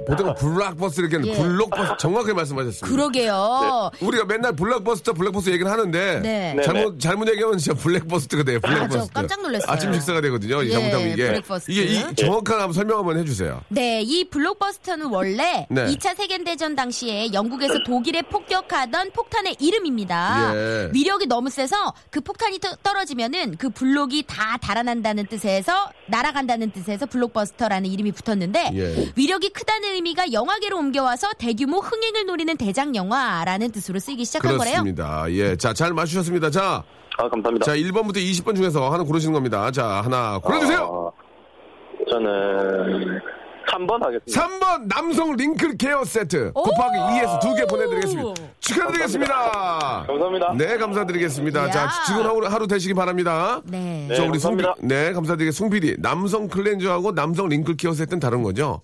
S1: 보통 블락버스 이렇게 하는
S5: 아. 예.
S1: 블록버스 정확하게 말씀하셨습니다
S5: 그러게요.
S1: 우리가 맨날 블락버스터 블랙버스 얘기를 하는데
S5: 네.
S6: 네,
S1: 잘못 잘못 얘기하면 진짜 블랙버스트가 돼요 블랙버스트
S5: 맞아, 깜짝 놀랐어요.
S1: 아침 식사가 되거든요
S5: 예,
S1: 이 잘못하면 이게
S5: 블랙버스트.
S1: 이게 이 정확한 한번 설명 한번 해주세요
S5: 네, 이 블록버스터는 원래
S1: 네.
S5: 2차 세계대전 당시에 영국에서 독일에 폭격하던 폭탄의 이름입니다.
S1: 예.
S5: 위력이 너무 세서 그 폭탄이 떠- 떨어지면은 그 블록이 다 달아난다는 뜻에서 날아간다는 뜻에서 블록버스터라는 이름이 붙었는데
S1: 예.
S5: 위력이 크다는 의미가 영화계로 옮겨와서 대규모 흥행을 노리는 대장 영화라는 뜻으로 쓰이기 시작한 거래요.
S1: 그렇습니다 예자 잘 맞추셨습니다 자
S6: 아 감사합니다.
S1: 자, 1번부터 20번 중에서 하나 고르시는 겁니다. 자, 하나 골라주세요.
S6: 어, 저는 3번 하겠습니다.
S1: 3번 남성 링클 케어 세트
S5: 오!
S1: 곱하기 2에서 2개 보내드리겠습니다. 축하드리겠습니다.
S6: 감사합니다.
S1: 네, 감사드리겠습니다. 자,
S5: 이야.
S1: 즐거운 하루, 하루 되시기 바랍니다.
S5: 네.
S6: 네,
S1: 저 우리 송,
S6: 감사합니다.
S1: PD 네, 감사드리겠습니다. 송 PD, 남성 클렌저하고 남성 링클 케어 세트는 다른 거죠?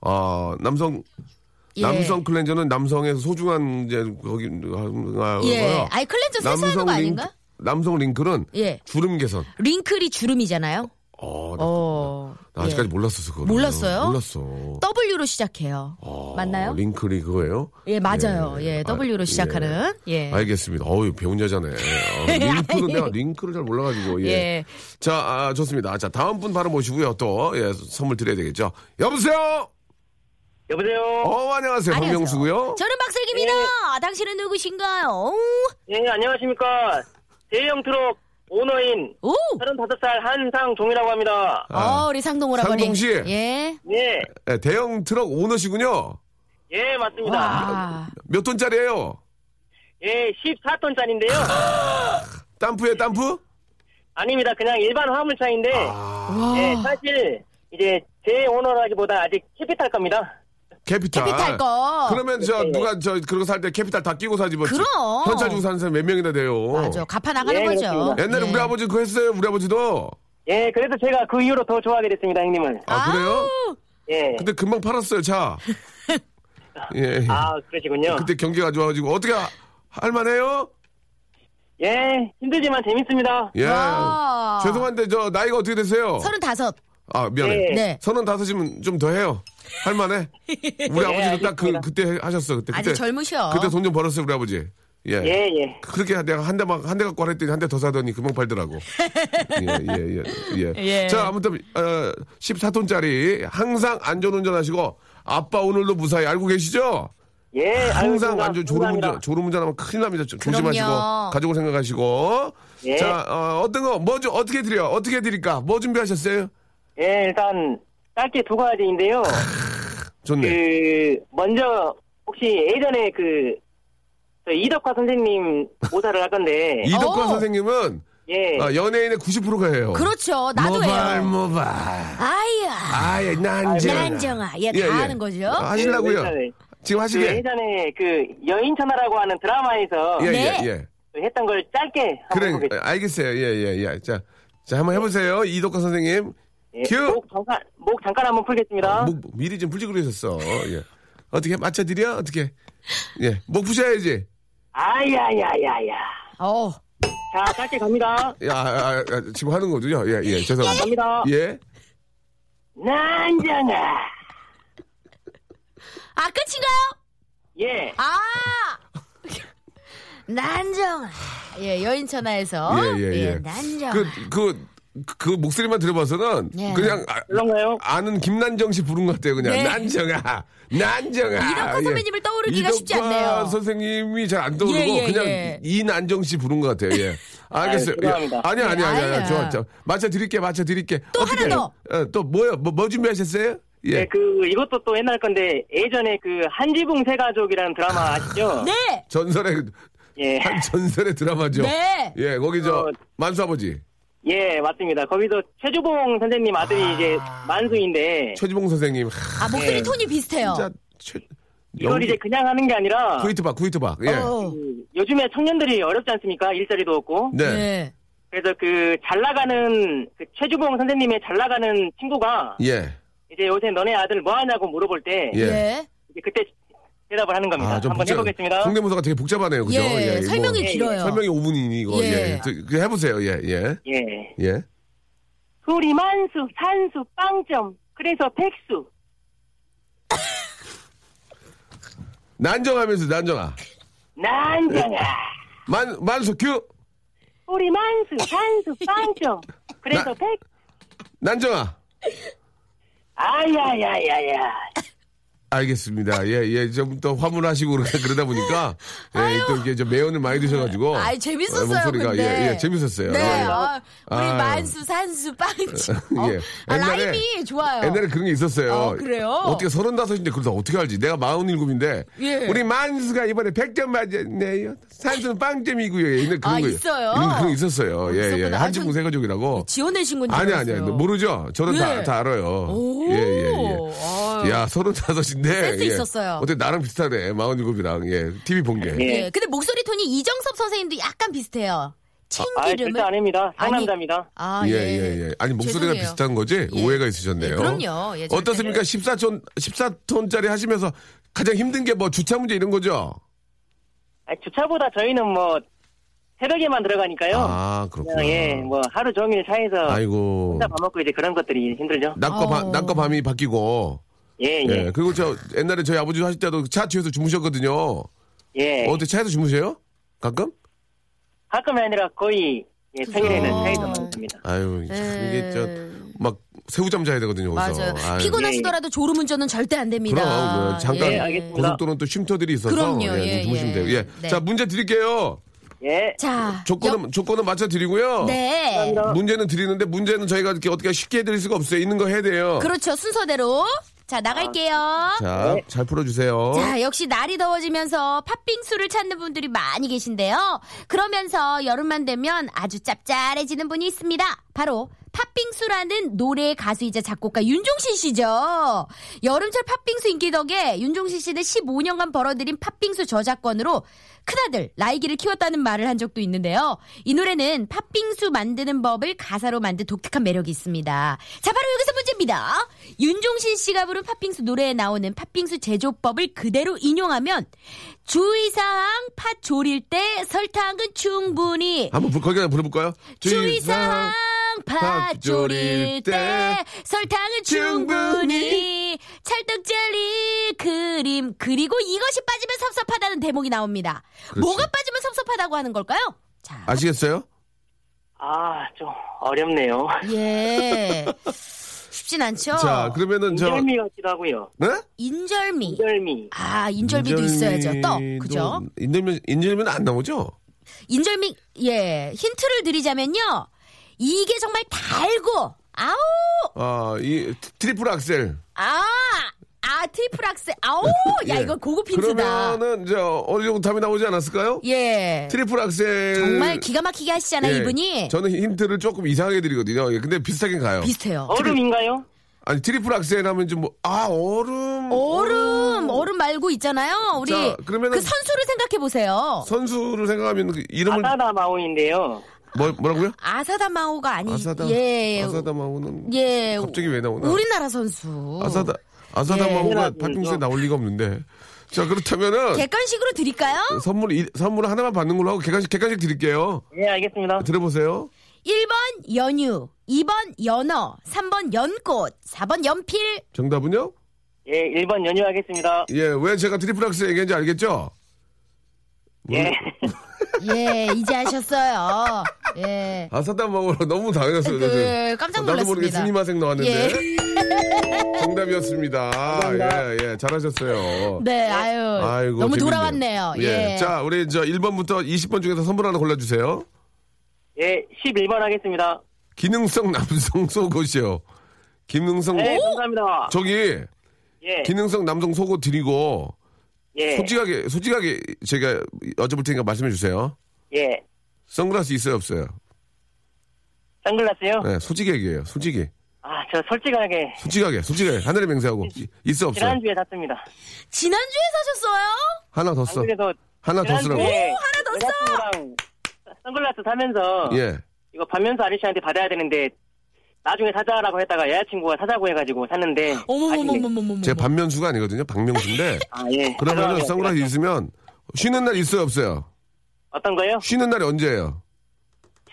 S1: 어, 남성,
S5: 예.
S1: 남성 클렌저는 남성의 소중한, 이제, 거기, 아,
S5: 예.
S1: 그거요.
S5: 아니 클렌저 세수하는 거 아닌가?
S1: 남성 링클은
S5: 예.
S1: 주름 개선.
S5: 링클이 주름이잖아요.
S1: 어, 나
S5: 어.
S1: 나 아직까지
S5: 예.
S1: 몰랐었어 그거.
S5: 몰랐어요?
S1: 몰랐어. 어,
S5: W로 시작해요. 맞나요?
S1: 뭐. 아, 링클이 그거예요?
S5: 예, 맞아요. 예,
S1: 아,
S5: W로 시작하는. 예.
S1: 알겠습니다. 어우, 배운 여자네. 아, 링크는 내가 링크를 잘 몰라가지고, 예.
S5: 예.
S1: 자, 아, 좋습니다. 자, 다음 분 바로 모시고요. 또, 예, 선물 드려야 되겠죠. 여보세요?
S6: 여보세요.
S1: 어, 안녕하세요.
S5: 안녕하세요.
S1: 박명수고요
S5: 저는 박슬기입니다.
S1: 예.
S5: 당신은 누구신가요?
S6: 예 안녕하십니까. 대형 트럭 오너인
S1: 어.
S5: 오!
S6: 35살 한상종이라고 합니다.
S5: 어, 우리 상동 오라버니.
S1: 아. 상동 씨.
S5: 예.
S6: 예.
S1: 예, 대형 트럭 오너시군요.
S6: 예 맞습니다.
S5: 와.
S1: 몇 톤짜리예요
S6: 예 14톤짜리인데요.
S1: 땀프에 땀프?
S6: 아닙니다. 그냥 일반 화물차인데
S1: 아.
S6: 예, 사실 이제 제 오너라기보다 아직 캐피탈 겁니다.
S1: 캐피탈.
S5: 캐피탈 거.
S1: 그러면 저,
S6: 네.
S1: 누가 저, 그런 거 살 때 캐피탈 다 끼고 사지 뭐.
S5: 그럼.
S1: 현찰 주고 사는 사람 몇 명이나 돼요.
S5: 맞아. 갚아 나가는
S6: 예,
S5: 거죠.
S6: 그렇습니다.
S1: 어. 옛날에
S5: 예.
S1: 우리 아버지 그거 했어요. 우리 아버지도.
S6: 예 그래서 제가 그 이후로 더 좋아하게 됐습니다 형님을.
S1: 아, 그래요?
S5: 아우,
S6: 예.
S1: 근데 금방 팔았어요, 차. 예.
S6: 아 그러시군요.
S1: 그때 경기가 좋아가지고 어떻게 하- 할만해요?
S6: 예 힘들지만 재밌습니다.
S1: 예.
S5: 와.
S1: 죄송한데 저 나이가 어떻게 되세요?
S5: 서른다섯.
S1: 아 미안해.
S6: 네.
S5: 네.
S1: 서른 다섯이면 좀 더 해요. 할만해. 우리 아버지도 딱 그
S6: 네, 알겠습니다.
S1: 그때 하셨어. 그때
S5: 아직
S1: 그때
S5: 젊으셔.
S1: 그때 돈 좀 벌었어요, 우리 아버지. 예.
S6: 예 예.
S1: 그렇게 내가 한 대 막 한 대 갖고 와랬더니 한 대 더 사더니 금방 팔더라고. 예예예 예,
S5: 예.
S1: 자 아무튼 어, 14톤짜리 항상 안전운전 하시고 아빠 오늘도 무사히 알고 계시죠?
S6: 예,
S1: 항상
S6: 알겠습니다.
S1: 완전 졸음운전,
S6: 감사합니다.
S1: 졸음운전하면 큰일 납니다. 조- 조심하시고
S5: 그럼요.
S1: 가족을 생각하시고.
S6: 예.
S1: 자, 어, 떤 거, 뭐 좀, 어떻게 드려? 어떻게 드릴까? 뭐 준비하셨어요?
S6: 예, 일단 짧게 두 가지인데요.
S1: 아, 좋네.
S6: 그 먼저 혹시 예전에 그저 이덕화 선생님 모사를 할 건데
S1: 이덕관
S5: 오.
S1: 선생님은
S6: 예,
S1: 아, 연예인의 90%가 해요.
S5: 어. 네. 그렇죠. 나도
S1: 모발,
S5: 해요.
S1: 모발.
S5: 아이야.
S1: 아예 난정.
S5: 난정아. 얘 다 하는 거죠?
S1: 아,
S6: 예,
S1: 하시려고요.
S6: 네, 네, 네.
S1: 지금
S6: 그
S1: 하시게.
S6: 예전에 그 여인천하라고 하는 드라마에서
S1: 예,
S5: 네.
S1: 예, 예.
S6: 했던 걸 짧게 한번
S1: 그래,
S6: 해보겠습니다. 네.
S1: 알겠어요. 예, 예, 예. 자, 자, 한번 해보세요. 이덕화 선생님.
S6: 예,
S1: 큐!
S6: 목 잠깐 목 잠깐 한번 풀겠습니다.
S1: 아, 목, 미리 좀 풀지 그러셨어. 예. 어떻게, 맞춰드려? 어떻게? 예. 목 푸셔야지.
S6: 아야야야야.
S5: 어.
S6: 자 짧게 갑니다.
S1: 야, 아, 아, 지금 하는 거죠? 예, 예. 죄송합니다.
S6: 갑니다.
S1: 예.
S6: 난장아.
S5: 아, 끝인가요?
S6: 예.
S5: 아! 난정아. 예, 여인천하에서.
S1: 예, 예, 예.
S5: 난정아.
S1: 그, 그, 그 목소리만 들어봐서는
S5: 예.
S1: 그냥 아,
S6: 그런가요?
S1: 아는 김난정 씨 부른 것 같아요. 그냥
S5: 네.
S1: 난정아, 난정아. 예.
S5: 이덕화 선배님을 떠오르기가
S1: 이덕화
S5: 쉽지 않네요.
S1: 선생님이 잘 안 떠오르고
S5: 예, 예,
S1: 그냥
S5: 예.
S1: 이난정 씨 부른 것 같아요. 예. 알겠어요.
S6: 아유, 죄송합니다.
S1: 아니 아니 아니
S5: 예, 아니야.
S1: 아니. 좋아, 좋아. 맞춰 드릴게. 맞춰 드릴게.
S5: 또 하나
S1: 또 뭐요? 뭐, 뭐 준비하셨어요? 예.
S6: 네, 그 이것도 또 옛날 건데 예전에 그 한지붕 세가족이라는 드라마 아시죠?
S5: 네!
S1: 전설의
S6: 예.
S1: 한 전설의 드라마죠.
S5: 네!
S1: 예, 거기 저
S6: 어.
S1: 만수 아버지
S6: 예, 맞습니다. 거기서 최주봉 선생님 아들이 이제 만수인데
S1: 최지봉 선생님.
S5: 아, 목소리
S6: 예.
S5: 톤이
S1: 네.
S5: 비슷해요.
S1: 진짜 최
S6: 이걸 이제 그냥 하는 게 아니라
S1: 쿠이트박 쿠이트박. 예.
S5: 어.
S6: 그 요즘에 청년들이 어렵지 않습니까? 일자리도 없고.
S1: 네.
S5: 네.
S6: 그래서 그 잘 나가는 그 최주봉 선생님의 잘 나가는 친구가
S1: 예.
S6: 이제 요새 너네 아들 뭐 하냐고 물어볼 때
S1: 예.
S5: 예.
S6: 이제 그때 대답을 하는 겁니다. 한번 해보겠습니다.
S1: 아, 성대모사가 되게 복잡하네요. 그죠?
S5: 예,
S1: 뭐
S5: 설명이 길어요.
S1: 설명이 5분이니 이거.
S5: 예.
S1: 예. 저, 그 해보세요. 예. 예.
S6: 예.
S1: 예.
S6: 소리 만수, 산수, 빵점. 그래서 백수.
S1: 난정하면서 난정아. 예.
S6: 난장아.
S1: 만 만수 큐.
S6: 소리 만수, 산수, 빵점. 그래서
S1: 나-
S6: 백.
S1: 난정아.
S6: 아야야야야.
S1: 알겠습니다. 예, 예. 좀 더 화물하시고 그러- 그러다 보니까 예, 또 이게 좀 매연을 많이 드셔가지고.
S5: 아이, 재밌었어요,
S1: 뭐. 목소리가
S5: 근데.
S1: 예, 예, 재밌었어요.
S5: 네.
S1: 예, 예.
S5: 아, 우리
S1: 아유.
S5: 만수, 산수, 빵집. 어?
S1: 예.
S5: 아,
S1: 옛날에-
S5: 라임이 좋아요.
S1: 옛날에 그런 게 있었어요.
S5: 어, 그래요?
S1: 어떻게 서른다섯인데 그걸 다 어떻게 알지? 내가 마흔일곱인데
S5: 예.
S1: 우리 만수가 이번에 100점 맞았네요. 산수는 빵점이고요. 예, 옛날 그런
S5: 아,
S1: 거
S5: 있어요? 아,
S1: 이런 거- 그런 거 있었어요. 예, 예.
S5: 있었구나.
S1: 한지붕 세가족이라고.
S5: 지어내신 건지.
S1: 아니 아니 아니. 모르죠. 저는
S5: 예.
S1: 다, 다 알아요.
S5: 오.
S1: 예, 예, 예.
S5: 아유.
S1: 야, 서른다섯인데.
S5: 센스
S1: 예.
S5: 있었어요.
S1: 어떻게 나랑 비슷하네. 마흔일곱이랑. 예. TV 본 게.
S6: 예.
S5: 예. 근데 목소리 톤이 이정섭 선생님도 약간 비슷해요.
S6: 아, 절대
S5: 챙기름을.
S6: 아닙니다.
S5: 아니-
S6: 상남자입니다.
S5: 아,
S1: 예, 예, 예. 아니, 목소리가
S5: 죄송해요.
S1: 비슷한 거지?
S5: 예.
S1: 오해가 있으셨네요.
S5: 예, 그럼요. 예, 절대로.
S1: 어떻습니까? 14톤, 14톤짜리 하시면서 가장 힘든 게 뭐 주차 문제 이런 거죠?
S6: 아니, 주차보다 저희는 뭐 새벽에만 들어가니까요.
S1: 아, 그렇구나.
S6: 그냥, 예, 뭐 하루 종일 차에서
S1: 아이고.
S6: 혼자 밥 먹고 이제 그런 것들이 힘들죠.
S1: 낮과, 밤,
S5: 아우.
S1: 낮과 밤이 바뀌고.
S6: 예,
S1: 예.
S6: 예,
S1: 그리고 저 옛날에 저희 아버지 하실 때도 차 뒤에서 주무셨거든요.
S6: 예.
S1: 어떻게 차에서 주무세요? 가끔?
S6: 가끔이 아니라 거의 예, 평일에는
S1: 아.
S5: 그죠.
S6: 차에서 먹습니다.
S1: 아유, 참
S5: 예.
S1: 이게 저 막 새우잠 자야 되거든요. 거기서.
S5: 맞아요.
S1: 아유. 예.
S5: 피곤하시더라도 졸음 운전은 절대 안 됩니다.
S1: 그럼 뭐 잠깐
S5: 예.
S6: 알겠습니다.
S1: 고속도로는 또 쉼터들이 있어서
S5: 그럼요.
S1: 예,
S5: 예,
S1: 좀 주무시면
S5: 예.
S1: 돼요. 예.
S5: 네.
S1: 자, 문제 드릴게요.
S6: 예.
S5: 자.
S1: 조건은 조건은 맞춰 드리고요.
S5: 여- 네.
S1: 문제는 드리는데 문제는 저희가 이렇게 어떻게 쉽게 드릴 수가 없어요. 있는 거 해야 돼요.
S5: 그렇죠. 순서대로. 자, 나갈게요.
S1: 자,
S6: 네.
S1: 잘 풀어 주세요.
S5: 자, 역시 날이 더워지면서 팥빙수를 찾는 분들이 많이 계신데요. 그러면서 여름만 되면 아주 짭짤해지는 분이 있습니다. 바로 팥빙수라는 노래의 가수이자 작곡가 윤종신 씨죠. 여름철 팥빙수 인기 덕에 윤종신 씨는 15년간 벌어들인 팥빙수 저작권으로 큰아들 라이기를 키웠다는 말을 한 적도 있는데요. 이 노래는 팥빙수 만드는 법을 가사로 만든 독특한 매력이 있습니다. 자, 바로 여기서 문제입니다. 윤종신 씨가 부른 팥빙수 노래에 나오는 팥빙수 제조법을 그대로 인용하면 주의사항 팥 졸일 때 설탕은 충분히
S1: 한번 불- 거기다 불러볼까요?
S5: 주의사항 팥 졸일 때 설탕은 충분히 찰떡 젤리 크림 그리고 이것이 빠지면 섭섭하다는 대목이 나옵니다. 뭐가 빠지면 섭섭하다고 하는 걸까요? 자,
S1: 아시겠어요?
S6: 아, 좀 어렵네요.
S5: 아. 예. 쉽진 않죠.
S1: 자, 그러면은 저
S6: 인절미 같기도 하고요.
S1: 네?
S5: 인절미.
S6: 인절미.
S5: 아, 인절미도 있어야죠. 떡. 그죠?
S1: 인절미 인절미는 안 나오죠?
S5: 인절미 예. 힌트를 드리자면요. 이게 정말 달고 아우
S1: 아, 이 트리플 악셀.
S5: 아, 아 트리플 악셀. 아오, 야
S1: 예.
S5: 이거 고급 힌트다.
S1: 그러면은 저 어느 정도 답이 나오지 않았을까요?
S5: 예.
S1: 트리플 악셀.
S5: 정말 기가 막히게 하시잖아 요
S1: 예.
S5: 이분이.
S1: 저는 힌트를 조금 이상하게 드리거든요. 예, 근데 비슷하게 가요. 어.
S5: 비슷해요.
S6: 얼음인가요?
S1: 아니 트리플 악셀 하면 좀 뭐, 아 얼음.
S5: 얼음, 얼음, 어른 말고 있잖아요. 우리
S1: 자, 그러면은-
S5: 그 선수를 생각해 보세요.
S1: 선수를 생각하면 그 이름을
S6: 아사다 마오인데요.
S1: 뭐, 뭐라고요?
S5: 아사다 마오가 아니
S1: 아사다
S5: 예.
S1: 아사다마오는
S5: 예.
S1: 갑자기 왜 나오나?
S5: 우리나라 선수.
S1: 아사다 아사다마오가
S6: 예.
S1: 박빙수에 나올 리가 없는데. 자 그렇다면은
S5: 객관식으로 드릴까요?
S1: 선물 이- 선물 하나만 받는 걸로 하고 객관식 객관식 드릴게요.
S6: 예, 알겠습니다.
S1: 들어보세요.
S5: 1번 연유, 2번 연어, 3번 연꽃, 4번 연필.
S1: 정답은요?
S6: 예, 1번 연유하겠습니다.
S1: 예, 왜 제가 트리플락스 얘기한지 알겠죠?
S6: 예.
S5: 예, 이제 아셨어요. 예.
S1: 아사다마오로 너무 당했어요.
S5: 그,
S1: 저는.
S5: 깜짝
S1: 네, 나도 모르게
S5: 놀랐습니다.
S1: 스님화생 나왔는데
S5: 예.
S1: 정답이었습니다. 예, 예, 잘하셨어요.
S5: 네, 아유.
S1: 예. 아이고,
S5: 너무
S1: 재밌네요.
S5: 돌아왔네요. 예.
S1: 자, 우리 저 1번부터 20번 중에서 선물 하나 골라주세요.
S6: 예, 11번 하겠습니다.
S1: 기능성 남성 속옷이요. 기능성
S6: 예, 감사합니다.
S1: 저기
S6: 예.
S1: 기능성 남성 속옷 드리고
S6: 예.
S1: 솔직하게 솔직하게 제가 여쭤볼 테니까 말씀해 주세요.
S6: 예.
S1: 선글라스 있어요 없어요?
S6: 선글라스요?
S1: 네, 솔직히 얘기해요. 솔직히
S6: 아, 저 솔직하게
S1: 솔직하게 솔직하게 하늘의 맹세하고
S6: 네.
S1: 이- 있어 없어요?
S6: 지난주에 샀습니다.
S5: 지난주에 사셨어요?
S1: 하나 더 써.
S6: 그래서
S1: 하나 더 쓰라고.
S6: 지난주에
S5: 오, 하나 더 써!
S6: 여자친구랑 선글라스 사면서
S1: 예.
S6: 이거 반면서 아저씨한테 받아야 되는데 나중에 사자라고 했다가 여자친구가 사자고 해가지고 샀는데 아쉽네.
S5: 어머머머머머머.
S1: 제가 반면수가 아니거든요. 박명수인데
S6: 아, 예.
S1: 그러면은
S6: 죄송합니다.
S1: 선글라스 있으면 쉬는 날 있어요 없어요?
S6: 어떤 거요?
S1: 쉬는 날이 언제예요?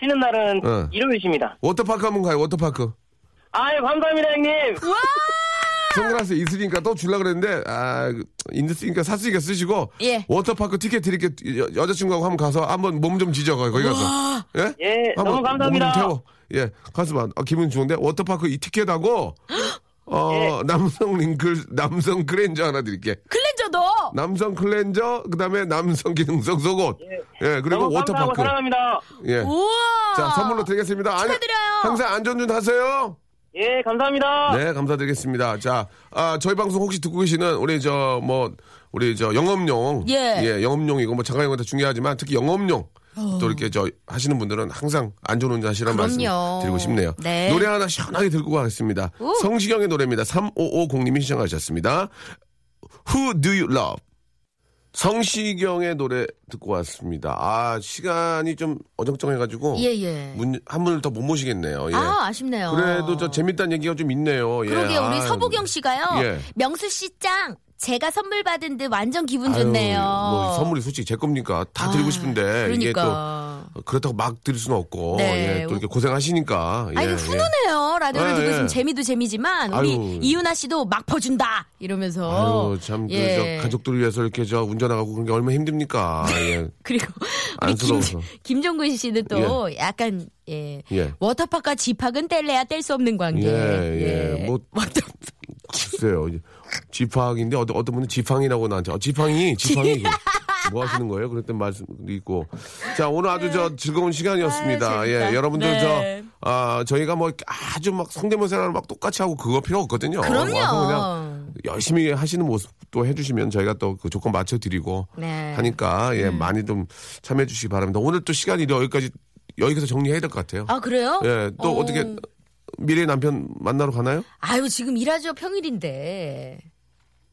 S6: 쉬는 날은
S1: 어.
S6: 일요일입니다.
S1: 워터파크 한번 가요. 워터파크.
S6: 아유 감사합니다 형님.
S1: 선글라스 있으니까 또 주려 그랬는데 아 있으니까 샀으니까 쓰시고
S5: 예.
S1: 워터파크 티켓 드릴게 여, 여자친구하고 한번 가서 한번 몸 좀 지져 가 거기 가서 예,
S6: 예, 너무 감사합니다.
S1: 몸좀 태워 예 가서 봐 아, 기분 좋은데 워터파크 이 티켓하고 어
S6: 예.
S1: 남성 링클 남성 클렌저 하나 드릴게
S5: 클렌저도!
S1: 남성 클렌저 그다음에 남성 기능성 속옷 예 그리고
S6: 너무 감사하고
S1: 워터파크
S6: 사랑합니다.
S1: 예자
S5: 우와!
S1: 선물로 드리겠습니다 아니,
S5: 축하드려요.
S1: 항상 안전운전 하세요.
S6: 예 감사합니다.
S1: 네, 감사드리겠습니다. 자, 아, 저희 방송 혹시 듣고 계시는 우리 저 뭐 우리 저 영업용
S5: 예.
S1: 영업용이고 뭐 장가용 다 중요하지만 특히 영업용 또 이렇게 저 하시는 분들은 항상 안전운전 하시라는 말씀
S5: 어. 그럼요.
S1: 드리고 싶네요.
S5: 네.
S1: 노래 하나 시원하게 들고 가겠습니다. 성시경의 노래입니다. 3550님이 시청하셨습니다. Who do you love? 성시경의 노래 듣고 왔습니다. 아, 시간이 좀 어정쩡해가지고
S5: 예, 예.
S1: 문, 한 분을 더 못 모시겠네요. 예.
S5: 아, 아쉽네요.
S1: 그래도 저 재밌다는 얘기가 좀 있네요. 예.
S5: 그러게 우리
S1: 아유.
S5: 서보경 씨가요.
S1: 예.
S5: 명수 씨 짱. 제가 선물 받은 듯 완전 기분
S1: 아유,
S5: 좋네요. 아,
S1: 뭐 선물이 솔직히 제 겁니까? 다 드리고 싶은데 이게 또
S5: 그러니까.
S1: 그렇다고 막 드릴 수는 없고
S5: 네.
S1: 예, 또 이렇게 고생하시니까. 예,
S5: 아 이거 훈훈해요. 라디오를
S1: 예,
S5: 듣고
S1: 예.
S5: 있으면 재미도 재미지만
S1: 아유.
S5: 우리 이윤아 씨도 막 퍼준다 이러면서.
S1: 아유 참 그
S5: 예.
S1: 저 가족들 을 위해서 이렇게 저 운전하고 그런 게 얼마나 힘듭니까?
S5: 네.
S1: 예.
S5: 그리고 우리 김,
S1: 안쓰러워서.
S5: 김종근 씨는 또 약간 예.
S1: 예.
S5: 워터파크와 집학은 뗄래야 뗄 수 없는 관계.
S1: 예, 예. 뭐-
S5: 워터-
S1: 글쎄요. 이제 지팡인데 어떤 어떤 분은 지팡이라고 나한테 어, 지팡이 지팡이 그래. 뭐 하시는 거예요? 그랬던 말씀도 있고. 자 오늘 아주 저 즐거운 시간이었습니다.
S5: 네. 아유, 재밌다.
S1: 예, 여러분들
S5: 네.
S1: 저 아, 저희가 뭐 아주 막 성대모사를 막 똑같이 하고 그거 필요 없거든요. 뭐
S5: 그럼요.
S1: 와서 그냥 열심히 하시는 모습도 해주시면 저희가 또 그 조건 맞춰드리고
S5: 네.
S1: 하니까 예 많이 좀 참여해 주시기 바랍니다. 오늘 또 시간이 여기까지 여기서 정리해야 될 것 같아요.
S5: 아 그래요?
S1: 예, 또
S5: 어.
S1: 어떻게 미래 남편 만나러 가나요?
S5: 아유 지금 일하죠 평일인데.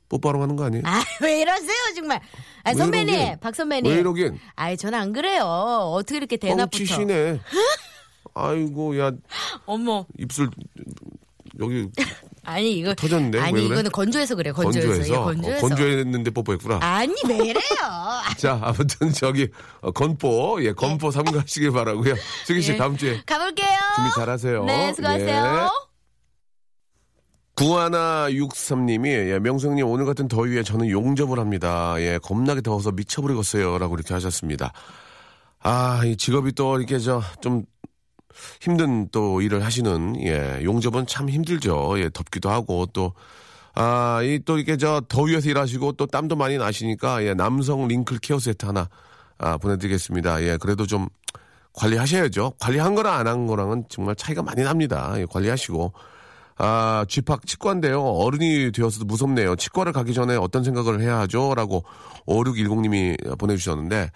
S1: 뽀뽀하러 가는 거 아니에요?
S5: 아 네, 왜 이러세요 정말. 아
S1: 왜
S5: 선배님,
S1: 뭐 이러긴?
S5: 박 선배님.
S1: 왜뭐 이러긴?
S5: 아이 저는 안 그래요. 어떻게 이렇게 대낮부터.
S1: 뻥치시네. 아이고 야
S5: 어머.
S1: 입술 여기
S5: 아니 이거
S1: 터졌네. 왜
S5: 아니
S1: 그래?
S5: 이거는 건조해서 그래. 건조해서.
S1: 건조해서
S5: 예, 건조해서.
S1: 어, 건조했는데 뽀뽀했구나.
S5: 아니 왜 이래요?
S1: 자 아무튼 저기 어, 건포 예 건포 삼가시길 바라고요. 수기 씨
S5: 예.
S1: 다음 주에
S5: 가볼게요.
S1: 준비 잘하세요.
S5: 네, 수고하세요.
S1: 예. 구하나 63님이 예, 명성님 오늘 같은 더위에 저는 용접을 합니다. 예, 겁나게 더워서 미쳐버리겠어요라고 이렇게 하셨습니다. 아, 이 직업이 또 이렇게 저 좀 힘든 또 일을 하시는 예, 용접은 참 힘들죠. 예, 덥기도 하고 또 아, 이 또 이렇게 저 더위에서 일하시고 또 땀도 많이 나시니까 예, 남성 링클 케어 세트 하나 아, 보내드리겠습니다. 예, 그래도 좀 관리하셔야죠. 관리한 거랑 안 한 거랑은 정말 차이가 많이 납니다. 예, 관리하시고. 아, 쥐팍 치과인데요. 어른이 되어서도 무섭네요. 치과를 가기 전에 어떤 생각을 해야 하죠? 라고 5610님이 보내주셨는데,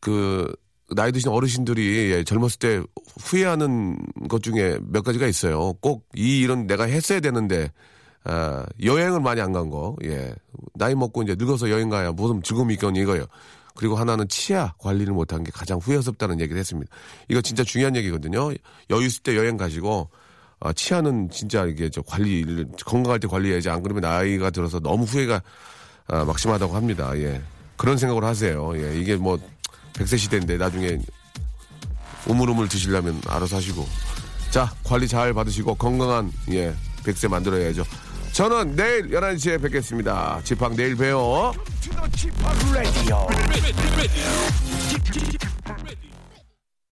S1: 그, 나이 드신 어르신들이 예, 젊었을 때 후회하는 것 중에 몇 가지가 있어요. 꼭 이 일은 내가 했어야 되는데, 아, 여행을 많이 안 간 거. 예. 나이 먹고 이제 늙어서 여행 가야 무슨 즐거움이 있겠니 이거예요. 그리고 하나는 치아 관리를 못한 게 가장 후회스럽다는 얘기를 했습니다. 이거 진짜 중요한 얘기거든요. 여유 있을 때 여행 가시고 아, 치아는 진짜 이게 저 관리를 건강할 때 관리해야지 안 그러면 나이가 들어서 너무 후회가 아, 막심하다고 합니다. 예. 그런 생각을 하세요. 예. 이게 뭐 100세 시대인데 나중에 우물우물 드시려면 알아서 하시고. 자, 관리 잘 받으시고 건강한 예, 100세 만들어야죠. 저는 내일 11시에 뵙겠습니다. 지팡 내일 봬요.
S4: to the G p a Radio. Ready.